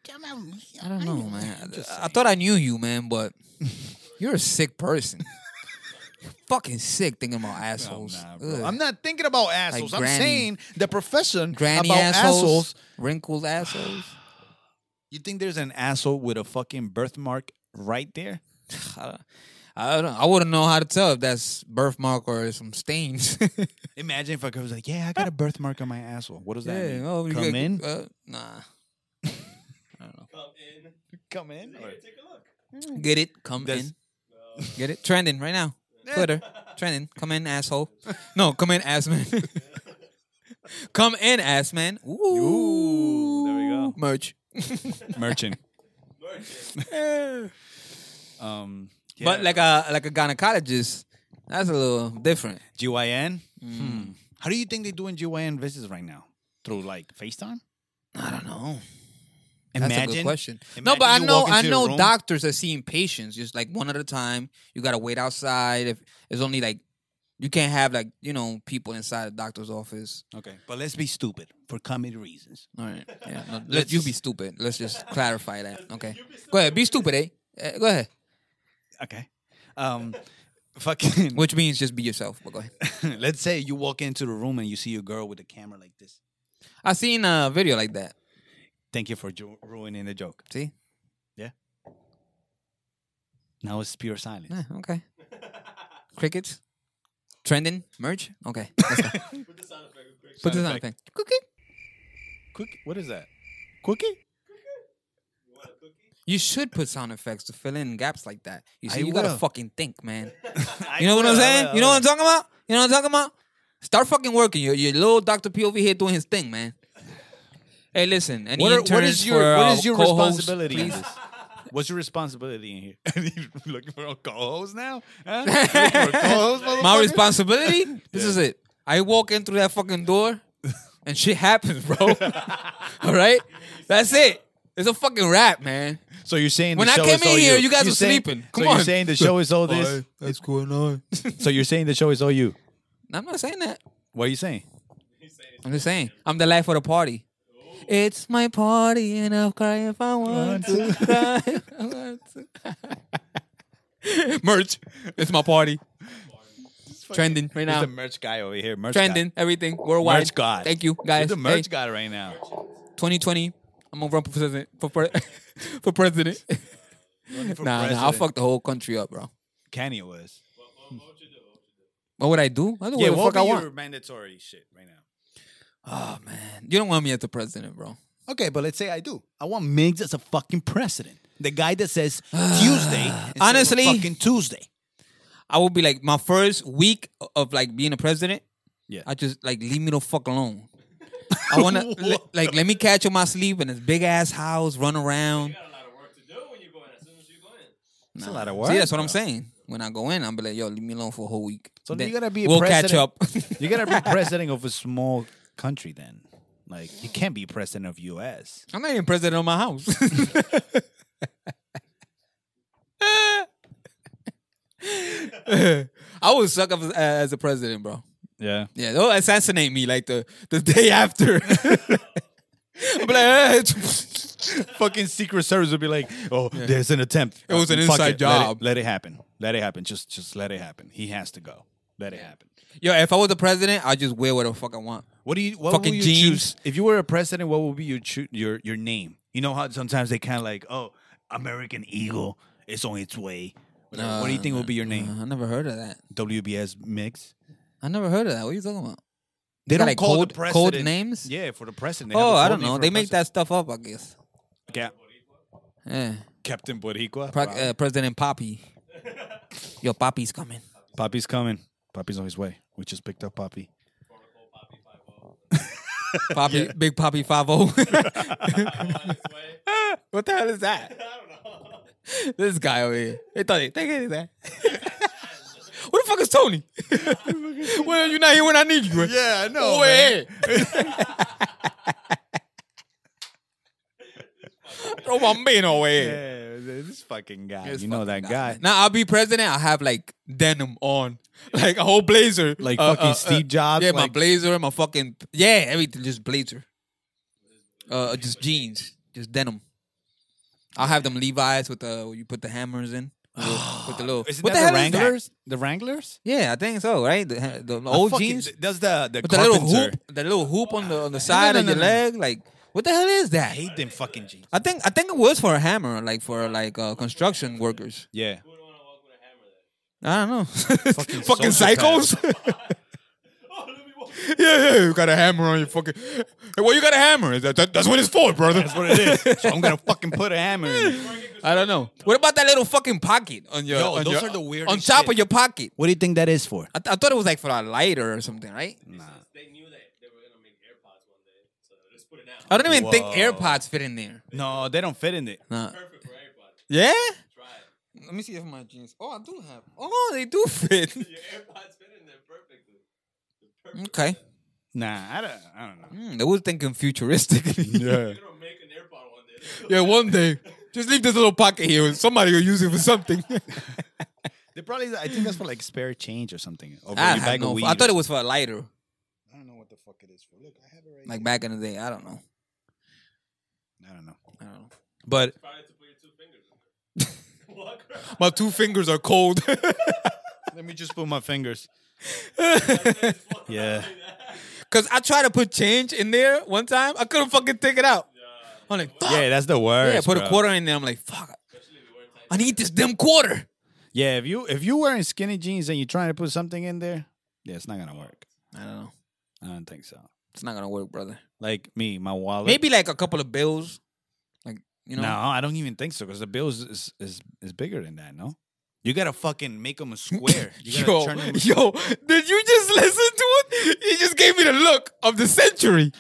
S2: I don't know, man.
S1: just
S2: I, I thought I knew you, man, but you're a sick person. Fucking sick thinking about assholes. Ugh.
S1: I'm not thinking about assholes. I'm
S2: granny-
S1: saying the profession
S2: Granny
S1: about
S2: assholes,
S1: assholes
S2: wrinkled assholes.
S1: You think there's an asshole with a fucking birthmark right there?
S2: I don't, I don't. I wouldn't know how to tell if that's birthmark or some stains.
S1: Imagine if I was like, "Yeah, I got a birthmark on my asshole." What does that mean?
S2: oh, you
S1: come
S2: got-
S1: in,
S2: Uh, nah.
S3: Come in.
S1: come in.
S3: Here, take a look.
S2: Get it? Come
S1: That's-
S2: in. Get it? Trending right now. Twitter. Trending. Come in, asshole. No, come in, ass man. come in, ass man. Ooh.
S1: Ooh, there we go.
S2: Merch.
S1: Merchant.
S3: Merchant.
S1: Um,
S2: But like a like a gynecologist, that's a little different.
S1: GYN. Hmm. How do you think they're doing GYN visits right now? Through like FaceTime?
S2: I don't know.
S1: Imagine.
S2: That's a good question. No,
S1: imagine
S2: but I
S1: you
S2: know
S1: walk
S2: I
S1: into the
S2: know
S1: room-
S2: doctors are seeing patients just like one at a time. You gotta wait outside. If it's only like you can't have like you know people inside the doctor's office.
S1: Okay, but let's be stupid for comedy reasons.
S2: All right, yeah. No, let you be stupid. Let's just clarify that. Okay, go ahead. Be stupid, eh? Eh, Go ahead.
S1: Okay. Um, fucking.
S2: Which means just be yourself. But go ahead.
S1: let's say you walk into the room and you see a girl with a camera like this.
S2: I seen a video like that.
S1: Thank you for ju- ruining the joke.
S2: See?
S1: Now it's pure silence.
S2: Yeah, okay. Crickets, trending, merch. Okay, let's go.
S3: Put the sound effect quick.
S2: put this on the
S1: effect.
S2: thing. Cookie.
S1: Cookie? What is that? Cookie?
S3: You want a cookie?
S2: You should put sound effects to fill in gaps like that. You see,
S1: I
S2: you gotta
S1: will.
S2: fucking think, man. You know what I'm saying? You know what I'm talking about? You know what I'm talking about? Start fucking working. Your, your little Dr. P over here doing his thing, man. Hey, listen. Any
S1: What are-
S2: interns
S1: what is your
S2: for,
S1: what
S2: uh,
S1: is your
S2: co-hosts,
S1: responsibility in
S2: please?
S1: this? What's your responsibility in here? you looking for a co-host now? Huh? You looking for a co-host,
S2: My
S1: motherfucker?
S2: responsibility? This is it. I walk in through that fucking door and shit happens, bro. All right? That's it. It's a fucking wrap, man.
S1: So you're saying
S2: When
S1: the
S2: I
S1: show
S2: came
S1: is
S2: in
S1: all
S2: here,
S1: you
S2: you guys
S1: You're
S2: were
S1: saying-
S2: sleeping.
S1: So
S2: Come
S1: you're
S2: on.
S1: saying the show is all this.
S2: That's going on.
S1: So you're saying the show is all you.
S2: I'm not saying that.
S1: What are you saying?
S2: I'm just saying. I'm the life of the party. It's my party and I'll cry if I want to. Cry if I want to. Merch. It's my party. Trending right
S1: He's
S2: now.
S1: the merch guy over here. Merch
S2: Trending.
S1: guy.
S2: Everything. Worldwide.
S1: Merch God.
S2: Thank you,
S1: You're
S2: guys.
S1: the merch
S2: Hey,
S1: guy right now.
S2: 2020. I'm gonna run for president. For, pre- for president.
S1: For
S2: nah, nah. I'll
S1: president.
S2: fuck the whole country up, bro.
S1: Kanye was.
S3: What, what, what would you do? What would you do?
S2: What would I do? I do
S1: Yeah,
S2: what the
S1: what
S2: fuck I
S1: would be
S2: want.
S1: your mandatory shit right now?
S2: Oh man, you don't want me as the president, bro.
S1: Okay, but let's say I do. I want Miggs as a fucking president. The guy that says Tuesday, instead of
S2: Honestly-
S1: fucking Tuesday.
S2: I would be like my first week of like being a president.
S1: Yeah.
S2: I just like leave me the fuck alone. I wanna li- like let me catch on my sleep in this big ass house, run around.
S3: You got a lot of work to do when you go in. As soon as you go in,
S1: It's
S2: Nah.
S1: a lot of work.
S2: See, that's what I'm
S1: bro.
S2: saying. When I go in, I'm be like, yo, leave me alone for a whole week.
S1: So
S2: Then
S1: you gotta be a
S2: We'll
S1: president.
S2: catch up.
S1: You gotta be president of a small country then. Like you can't be president of US.
S2: I'm not even president of my house. I would suck up as, as a president, bro.
S1: Yeah.
S2: Yeah, they'll assassinate me like the, the day after. I'm like, eh, it's-
S1: Fucking Secret Service would be like, Oh, there's an attempt. It
S2: was an inside job.
S1: Let it, happen. Let it happen. Just just let it happen. He has to go. Let it happen.
S2: yo, if I was the president, I'd just wear whatever the fuck I want.
S1: What do you what
S2: Fucking
S1: would you
S2: jeans.
S1: choose? If you were a president, what would be your choo- your your name? You know how sometimes they kinda like, oh, American Eagle is on its way. Whatever. what do you think would be your name?
S2: Uh, I never heard of that.
S1: WBS mix?
S2: I never heard of that. What are you talking about?
S1: They
S2: got,
S1: don't
S2: like,
S1: call
S2: code-
S1: the
S2: code
S1: president
S2: names?
S1: Yeah, for the president.
S2: oh, I don't know. They make that stuff up, I guess.
S1: that
S2: Yeah.
S1: Captain Boricua.
S2: Pro- uh, president Poppy. Yo, Poppy's coming.
S1: Poppy's coming. Poppy's on his way. We just picked up Poppy.
S2: Poppy, Big Poppy 5
S3: on its way.
S2: What the hell is that?
S3: I don't know.
S2: This guy over here. Hey, Tony, take it that. Where the fuck is Tony? well, you're not here when I need you. right?
S1: Yeah, I know.
S2: Oh, hey. Throw my man away.
S1: this fucking guy.
S2: This
S1: you know that
S2: fucking
S1: guy.
S2: Now I'll be president. I'll have like denim on, like a whole blazer, Uh,
S1: Like fucking Steve Jobs,
S2: Yeah, my
S1: like-
S2: blazer and my fucking yeah, everything just blazer, uh, just jeans, just denim. I'll have them Levi's with the where you put the hammers in with the- with the little.
S1: Isn't
S2: what
S1: that
S2: the hell is that?
S1: Wranglers? The Wranglers?
S2: Yeah, I think so. Right, the, ha- the old
S1: Fucking-
S2: jeans
S1: th- That's the the
S2: with the
S1: carpenter.
S2: little hoop, the little hoop on the on the side
S1: no,
S2: of
S1: no,
S2: your
S1: no.
S2: leg. Like what the hell is
S1: I
S2: that?
S1: hate them fucking jeans.
S2: I think I think it was for a hammer, like for like uh, construction workers.
S1: Yeah.
S3: Who would want to walk with a
S2: I
S3: hammer? Then?
S2: don't know. Fucking,
S1: sociopaths.
S2: psychos.
S3: Oh, let me walk.
S2: yeah, yeah. You got a hammer on your fucking. Hey, well, you got a hammer. Is That, that- that's what it's for, brother.
S1: That's what it is. So I'm gonna fucking put a hammer in it.
S2: I don't know. What about that little fucking pocket on your?
S1: Yo,
S2: on
S1: those
S2: your-
S1: are the weirdest
S2: On top
S1: shit.
S2: of your pocket.
S1: What do you think that is for?
S2: I, th- I thought it was like for a lighter or something, right?
S3: Since They knew that they were gonna make AirPods one day, so let's put it out.
S2: I don't even think
S1: Whoa.
S2: AirPods fit in there.
S1: No, they don't fit in it.
S2: Nah.
S3: Perfect for everybody.
S2: Yeah.
S3: Try it.
S2: Let me see if my jeans. Oh, I do have. Oh, they do fit.
S3: Your AirPods fit in there perfectly. The perfect-
S2: okay.
S1: Nah, I don't. I don't know.
S2: Hmm, they was thinking futuristic.
S1: Yeah.
S3: You're gonna make an AirPod one day.
S2: yeah. One day, just leave this little pocket here, and somebody will use it for something.
S1: They probably. I think that's for like spare change or something. Or
S2: I,
S1: maybe
S2: have
S1: bag of
S2: no,
S1: weed
S2: I
S1: or
S2: thought it was for a lighter.
S1: I don't know what the fuck it is for. Look, I have it right
S2: like back in the day. I don't know.
S1: I don't know.
S2: I don't know.
S1: But
S3: Try to put your two fingers in there. walk around.
S2: My two fingers are cold.
S1: let me just put my fingers.
S2: Cause
S3: Just walk around
S1: Yeah.
S3: like that.
S2: I tried to put change in there one time. I couldn't fucking take it out. I'm like, fuck. Yeah,
S1: Yeah, that's the worst.
S2: I put a
S1: bro.
S2: quarter in there. I'm like, fuck. I need this damn quarter.
S1: Yeah, if you if you wearing skinny jeans and you're trying to put something in there, yeah, it's not gonna work.
S2: I don't know.
S1: I don't think so.
S2: It's not gonna work, brother.
S1: Like me, my wallet.
S2: Maybe like a couple of bills. Like you know.
S1: No, I don't even think so because the bill is, is is is bigger than that. No, you gotta fucking make them a square. You gotta
S2: Yo,
S1: turn 'em-
S2: yo, did you just listen to it? You just gave me the look of the century.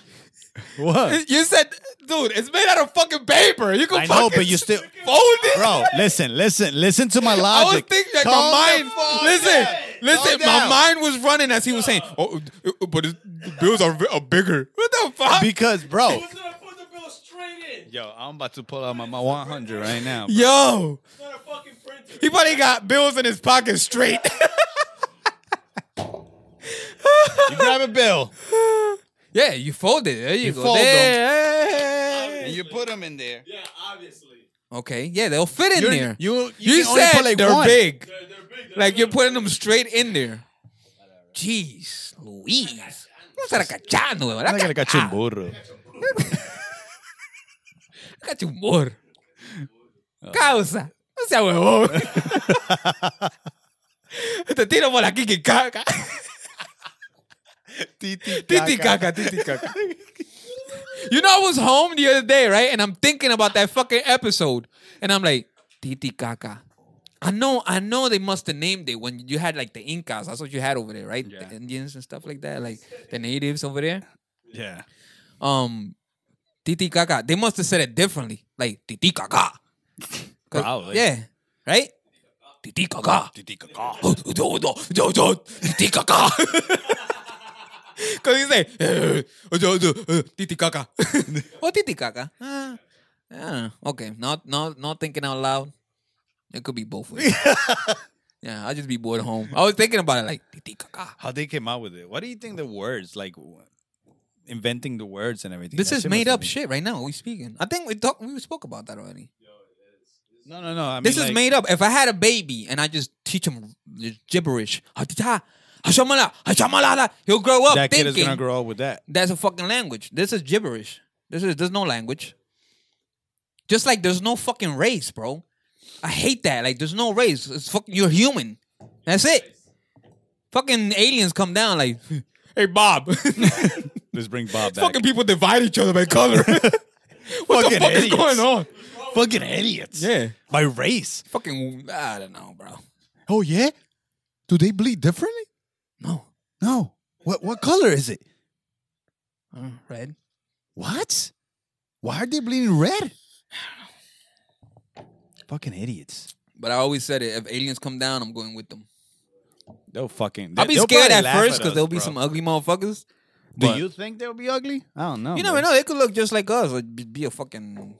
S1: What?
S2: You said, dude, it's made out of fucking paper. You can
S1: I know,
S2: fucking
S1: but you still-
S2: fold it.
S1: Bro, listen, listen, listen to my
S2: I was
S1: logic.
S2: thinking like
S1: Calm
S2: my
S1: the
S2: mind.
S1: fuck
S2: Listen,
S1: down.
S2: listen,
S1: Calm
S2: my
S1: down.
S2: mind was running as he was saying, "Oh, uh, uh, but it's, the bills are, are bigger." What the fuck?
S1: Because, bro,
S3: Who's gonna put the bill straight in?
S1: yo, I'm about to pull out my, my 100 right now. bro.
S2: Yo,
S3: It's not a fucking printer.
S2: he probably got bills in his pocket straight.
S1: You grab a bill
S2: yeah, you fold it. There you,
S1: You
S2: go.
S1: fold them.
S2: There.
S1: and you put them in there.
S3: Yeah, obviously.
S2: Okay, yeah, they'll fit in
S1: You're-
S2: there. You,
S1: You
S2: said they're big,
S3: They're, they're big. They're
S2: like
S3: big.
S2: you're putting them straight in there. Jeez, Louise. Vamos a la cachando,
S1: I gotta catch
S2: Ah.
S1: a burro.
S2: Cállate humor. Causa. No sea huevón. Te tiro por aquí que caca. Titicaca, Titicaca. You know, I was home the other day, right? And I'm thinking about that fucking episode. And I'm like, Titicaca. I know, I know they must have named it when you had like the Incas. That's what you had over there, right?
S1: Yeah.
S2: The Indians and stuff like that, like the natives over there.
S1: Yeah.
S2: Um, Titicaca. They must have said it differently, like Titicaca. 'Cause-
S1: Probably.
S2: Yeah. Right. Oh, Titicaca.
S1: Titicaca.
S2: oh, Titicaca. Because he's like, eh, Titicaca. oh, Titicaca. Ah, yeah. Okay. Not, not, not thinking out loud. It could be both. ways. yeah, I'll just be bored at home. I was thinking about it like, Titicaca.
S1: How they came out with it? What do you think the words like? w- Inventing the words and everything.
S2: This
S1: That
S2: is
S1: shit must
S2: made
S1: have
S2: up
S1: been-
S2: shit right now. We speaking. I think we talked. We spoke about that already.
S1: No, no, no. I mean,
S2: This is
S1: like-
S2: made up. If I had a baby and I just teach him gibberish, "Hatita, hashamala, hashamalala," he'll grow up
S1: That kid
S2: thinking
S1: is gonna grow up with that.
S2: that's a fucking language. This is gibberish. This is there's no language. Just like there's no fucking race, bro. I hate that. Like there's no race. It's fucking you're human. That's it. Fucking aliens come down like, hey Bob.
S1: Let's bring Bob back.
S2: fucking people divide each other by color. what the
S1: Fucking
S2: fuck is
S1: idiots.
S2: going on?
S1: fucking idiots.
S2: Yeah.
S1: By race.
S2: Fucking I don't know, bro.
S1: Oh yeah. Do they bleed differently?
S2: No.
S1: No. What what color is it?
S2: Uh, red.
S1: What? Why are they bleeding red? Fucking idiots.
S2: But I always said it. If aliens come down, I'm going with them.
S1: They'll fucking.
S2: I'll be
S1: they'll
S2: scared
S1: probably
S2: at
S1: laugh
S2: first because
S1: us,
S2: there'll be
S1: bro.
S2: some ugly motherfuckers.
S1: Do
S2: but-
S1: you think they'll be ugly? I don't know.
S2: You
S1: bro.
S2: never know. They could look just like us or be be a fucking.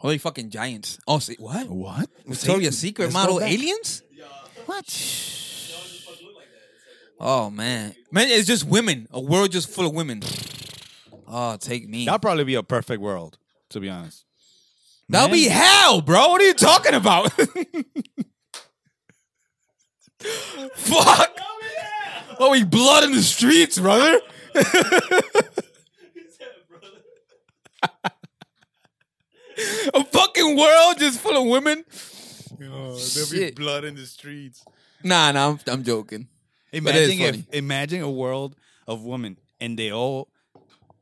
S2: Or they fucking giants. Oh, see, what?
S1: What?
S2: Victoria's Secret
S1: Let's go
S2: model
S1: back.
S2: aliens?
S1: What?
S2: Oh, man. Man, it's just women. A world just full of women. Oh, take me.
S1: That'll probably be a perfect world, to be honest.
S2: That'll be hell, bro. What are you talking about? Fuck. Oh, we blood in the streets, brother. A fucking world just full of women.
S1: there'll
S2: be Shit.
S1: blood in the streets.
S2: Nah, nah, I'm, I'm joking. is
S1: Imagine
S2: funny.
S1: if, imagine a world of women and they all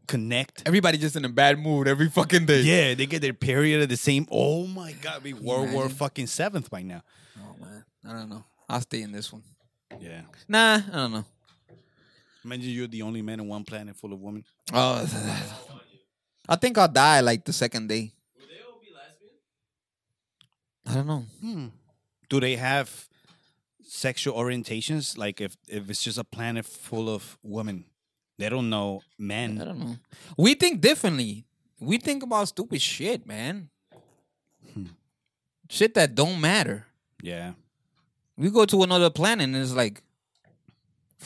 S1: connect.
S2: Everybody just in a bad mood every fucking day.
S1: Yeah, they get their period at the same. Oh my god, be World War
S2: imagine?
S1: fucking seventh by now.
S2: Oh man, I don't know. I'll stay in this one.
S1: Yeah.
S2: Nah, I don't know.
S1: Imagine you're the only man on one planet full of women.
S2: Oh, I think I'll die like the second day.
S3: Would they all be lesbian?
S2: I don't know.
S1: Do they have sexual orientations? Like if if it's just a planet full of women, they don't know
S2: I
S1: men.
S2: don't know. We think differently. We think about stupid shit, man.
S1: Hmm.
S2: Shit that don't matter.
S1: Yeah.
S2: We go to another planet and it's like,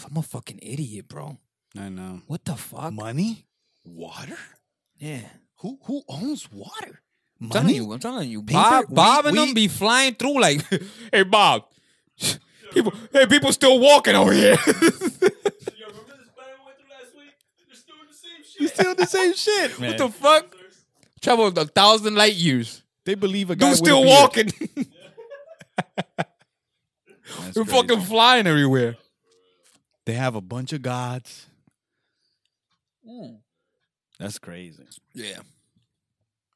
S2: I'm a fucking idiot, bro.
S1: I know.
S2: What the fuck?
S1: Money, water.
S2: yeah.
S1: Who who owns water?
S2: I'm telling you, I'm telling you,
S1: Paper?
S2: Bob,
S1: We-
S2: Bob and
S1: we-
S2: them be flying through like, hey Bob, people, hey people still walking over here.
S3: Yo, remember this plan we went through last week? They're still doing the same shit.
S1: still the same shit.
S2: what the fuck?
S3: Losers.
S2: Traveled a thousand light years.
S1: They believe a guy.
S2: Dude's
S1: with a
S2: still
S1: beard.
S2: walking.
S1: That's
S2: We're
S1: crazy.
S2: fucking flying everywhere.
S1: They have a bunch of gods. Mm. That's crazy.
S2: Yeah.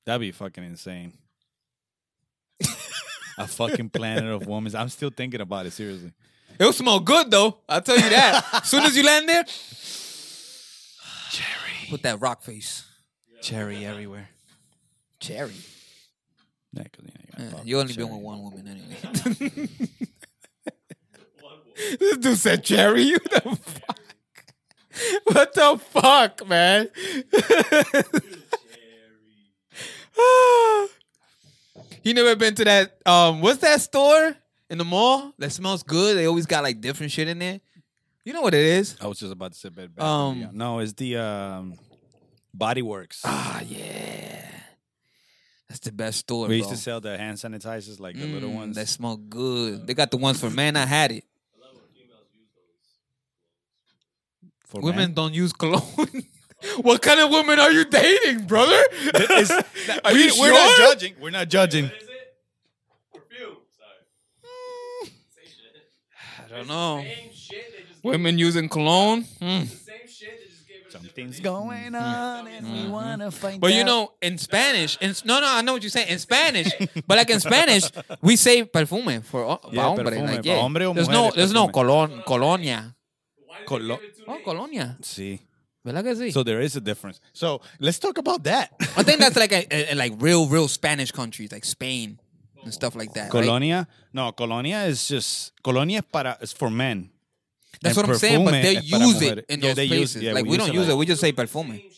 S1: That'd be fucking insane. a fucking planet of women. I'm still thinking about it. Seriously.
S2: It'll smell good though. I'll tell you that. as soon as you land there,
S1: Cherry.
S2: put that rock face.
S1: Cherry everywhere.
S2: Cherry.
S1: Yeah, 'cause, you know, you gotta fuck
S2: you only been
S1: cherry.
S2: with one woman anyway. this dude said cherry. What the fuck? What the fuck, man? you never been to that? Um, what's that store in the mall that smells good? They always got like different shit in there. You know what it is?
S1: I was just about to say bed. Bath
S2: Um,
S1: and Beyond. no, it's the um, Body Works.
S2: Ah, yeah. That's the best store.
S1: we used
S2: bro.
S1: to sell the hand sanitizers, like the little
S2: Mm,
S1: ones.
S2: that smell good. They got the ones for men. I had it.
S1: for
S2: Women
S1: men.
S2: don't use cologne. what kind of women are you dating, brother? are
S1: we, we're
S2: you sure?
S1: not judging. We're not judging.
S3: What is it? Perfume. Sorry. Same shit.
S1: Mm.
S2: I don't know.
S1: Oh.
S3: Same shit. They just
S2: Women using cologne. Mm.
S3: It's the same shit. They just gave it a different
S1: Something's
S3: name.
S1: going on, and we
S2: Mhm.
S1: wanna find
S2: But
S1: out.
S2: you know, in Spanish, in, no, no, I know what you're saying. In Spanish, but like in Spanish, we say perfume for o-
S1: Yeah,
S2: pa hombre.
S1: perfume,
S2: like,
S1: pa
S2: yeah.
S1: hombre o
S2: there's
S1: mujer
S2: no,
S1: es
S2: there's no
S1: perfume.
S2: colon, colonia.
S3: Why did
S1: Colo-
S3: they give it two
S2: Oh,
S3: names?
S2: colonia.
S1: see,
S2: ¿Verdad que sí?
S1: so there is a difference. So let's talk about that.
S2: I think that's like a, a, a like real, real Spanish countries, like Spain and stuff like that. right?
S1: Colonia, no, Colonia is just Colonia is para is for men.
S2: That's
S1: And
S2: what I'm saying. But
S1: perfume
S2: they
S1: es para
S2: use
S1: mujeres.
S2: it in
S1: Yeah,
S2: those
S1: they use-
S2: places.
S1: yeah,
S2: like we, don't use it, We just say perfume.
S3: Same shit.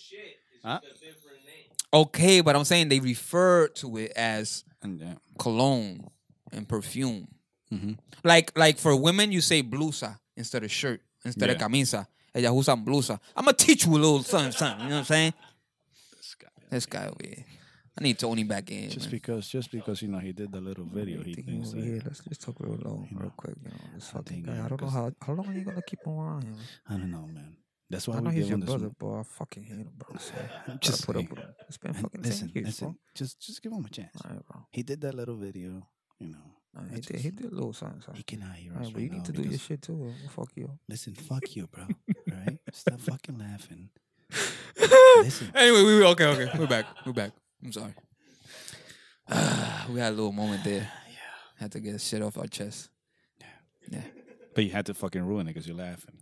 S3: It's
S1: Huh?
S3: just a different name.
S2: Okay, but I'm saying they refer to it as
S1: And, yeah.
S2: cologne and perfume.
S1: Mm-hmm.
S2: Like like for women, you say blusa instead of shirt instead of
S1: Yeah.
S2: camisa. Ellas usan blusa. I'm gonna teach you a little something, something. You know what I'm saying? This guy over here. I need Tony back in.
S1: Just
S2: man.
S1: because, just because you know he did the little video, he
S2: Take him
S1: thinks
S2: over
S1: that-
S2: here. Let's just talk real long, real quick. You know, this fucking
S1: think,
S2: guy.
S1: yeah,
S2: I don't know how how long are you gonna keep him around here.
S1: I don't know, man. That's why
S2: I know
S1: we
S2: he's
S1: give
S2: your
S1: him this.
S2: brother,
S1: Brother,
S2: but I fucking hate him, bro. So I
S1: just
S2: gotta put
S1: saying.
S2: up with him. It's been fucking
S1: listen,
S2: ten years,
S1: listen.
S2: bro.
S1: Just, just give him a chance.
S2: All right, bro.
S1: He did that little video, you know.
S2: Nah,
S1: I
S2: he did
S1: just-
S2: he did a little something.
S1: He
S2: something.
S1: cannot hear
S2: All
S1: us right,
S2: right, but you need
S1: now
S2: to do your
S1: because-
S2: shit too. Fuck you.
S1: Listen, fuck you, bro. All right, stop fucking laughing. Listen.
S2: anyway, we were okay, okay. We're back. We're back. I'm sorry. we had a little moment there. Had to get shit off our chest. Yeah.
S1: But you had to fucking ruin it because you're laughing.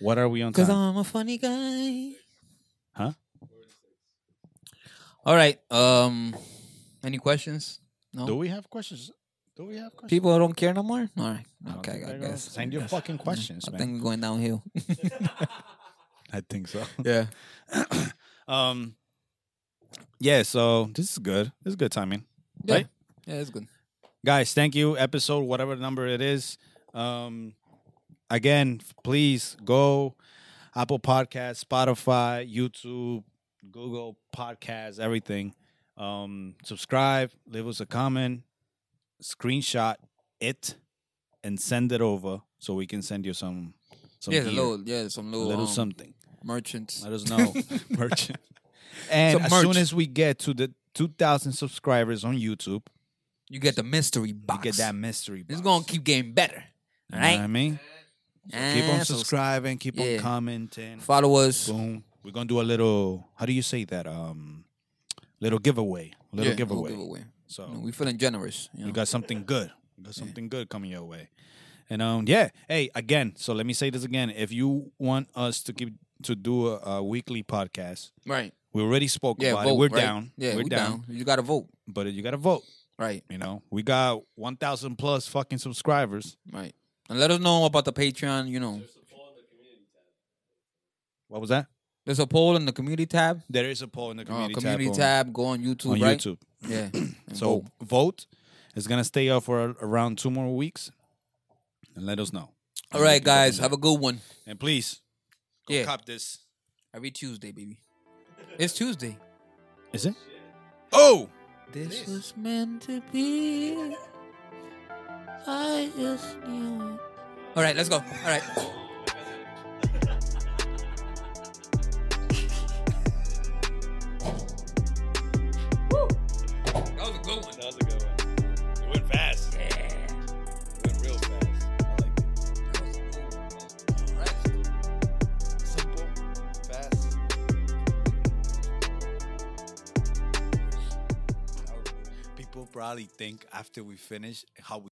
S1: What are we on
S2: Cause
S1: time?
S2: I'm a funny guy.
S1: huh?
S2: All right. Um any questions? No?
S1: Do we have questions? Do we have questions?
S2: People don't care no more? All right.
S1: I don't
S2: Okay,
S1: think
S2: I,
S1: they're gonna
S2: guess.
S1: Send your
S2: guess.
S1: fucking questions,
S2: I
S1: man.
S2: think we're going downhill.
S1: I think so.
S2: yeah.
S1: um, yeah. So this is good. This is good timing,
S2: Yeah.
S1: right?
S2: Yeah, that's good.
S1: guys thank you episode whatever number it is um again f- please go apple podcast spotify youtube google podcast everything um subscribe leave us a comment screenshot it and send it over so we can send you some some
S2: Yeah, a
S1: gear,
S2: little yeah, some
S1: a
S2: little,
S1: little
S2: um,
S1: something
S2: merchants.
S1: let us know merchant and
S2: Some
S1: as
S2: merch.
S1: soon as we get to the 2000 subscribers on youtube
S2: You get the mystery
S1: we
S2: box.
S1: get that mystery box.
S2: It's gonna keep getting better. All
S1: You know
S2: right.
S1: what I mean? Keep
S2: Ah,
S1: on
S2: so
S1: subscribing, keep
S2: yeah.
S1: on commenting.
S2: Follow us.
S1: Boom. We're gonna do a little how do you say that? Um little giveaway. Little
S2: Yeah,
S1: giveaway.
S2: Little giveaway.
S1: So
S2: You know, we feeling generous. You
S1: we
S2: know?
S1: got something good. We got something good coming your way. And um yeah, hey, again, so let me say this again. If you want us to keep to do a, a weekly podcast,
S2: right.
S1: we already spoke
S2: Yeah.
S1: about
S2: vote,
S1: it. We're
S2: right?
S1: down.
S2: Yeah,
S1: we're
S2: we down. You got to vote.
S1: But you gotta vote.
S2: Right.
S1: You know, we got one thousand plus fucking subscribers.
S2: Right. And let us know about the Patreon. You know,
S1: What was that?
S2: there's a poll in the community tab.
S1: There is a poll in the
S2: Community,
S1: community,
S2: uh, community
S1: on-
S2: tab, Go on YouTube.
S1: on
S2: right.
S1: YouTube.
S2: Yeah. and
S1: So
S2: vote.
S1: vote. It's gonna stay up for a- around two more weeks, and let us know.
S2: All right, guys. Have a good one.
S1: and please go
S2: Yeah.
S1: cop this.
S2: Every Tuesday, baby. It's Tuesday.
S1: Is it? Oh,
S2: This was meant to be. I just knew it. All right, let's go. All right. Woo. That was a good one.
S1: was a good one. It went fast.
S2: Yeah.
S1: It went real fast. I like it.
S2: That was a good one. All right.
S1: Simple, fast. People probably think after we finish how we.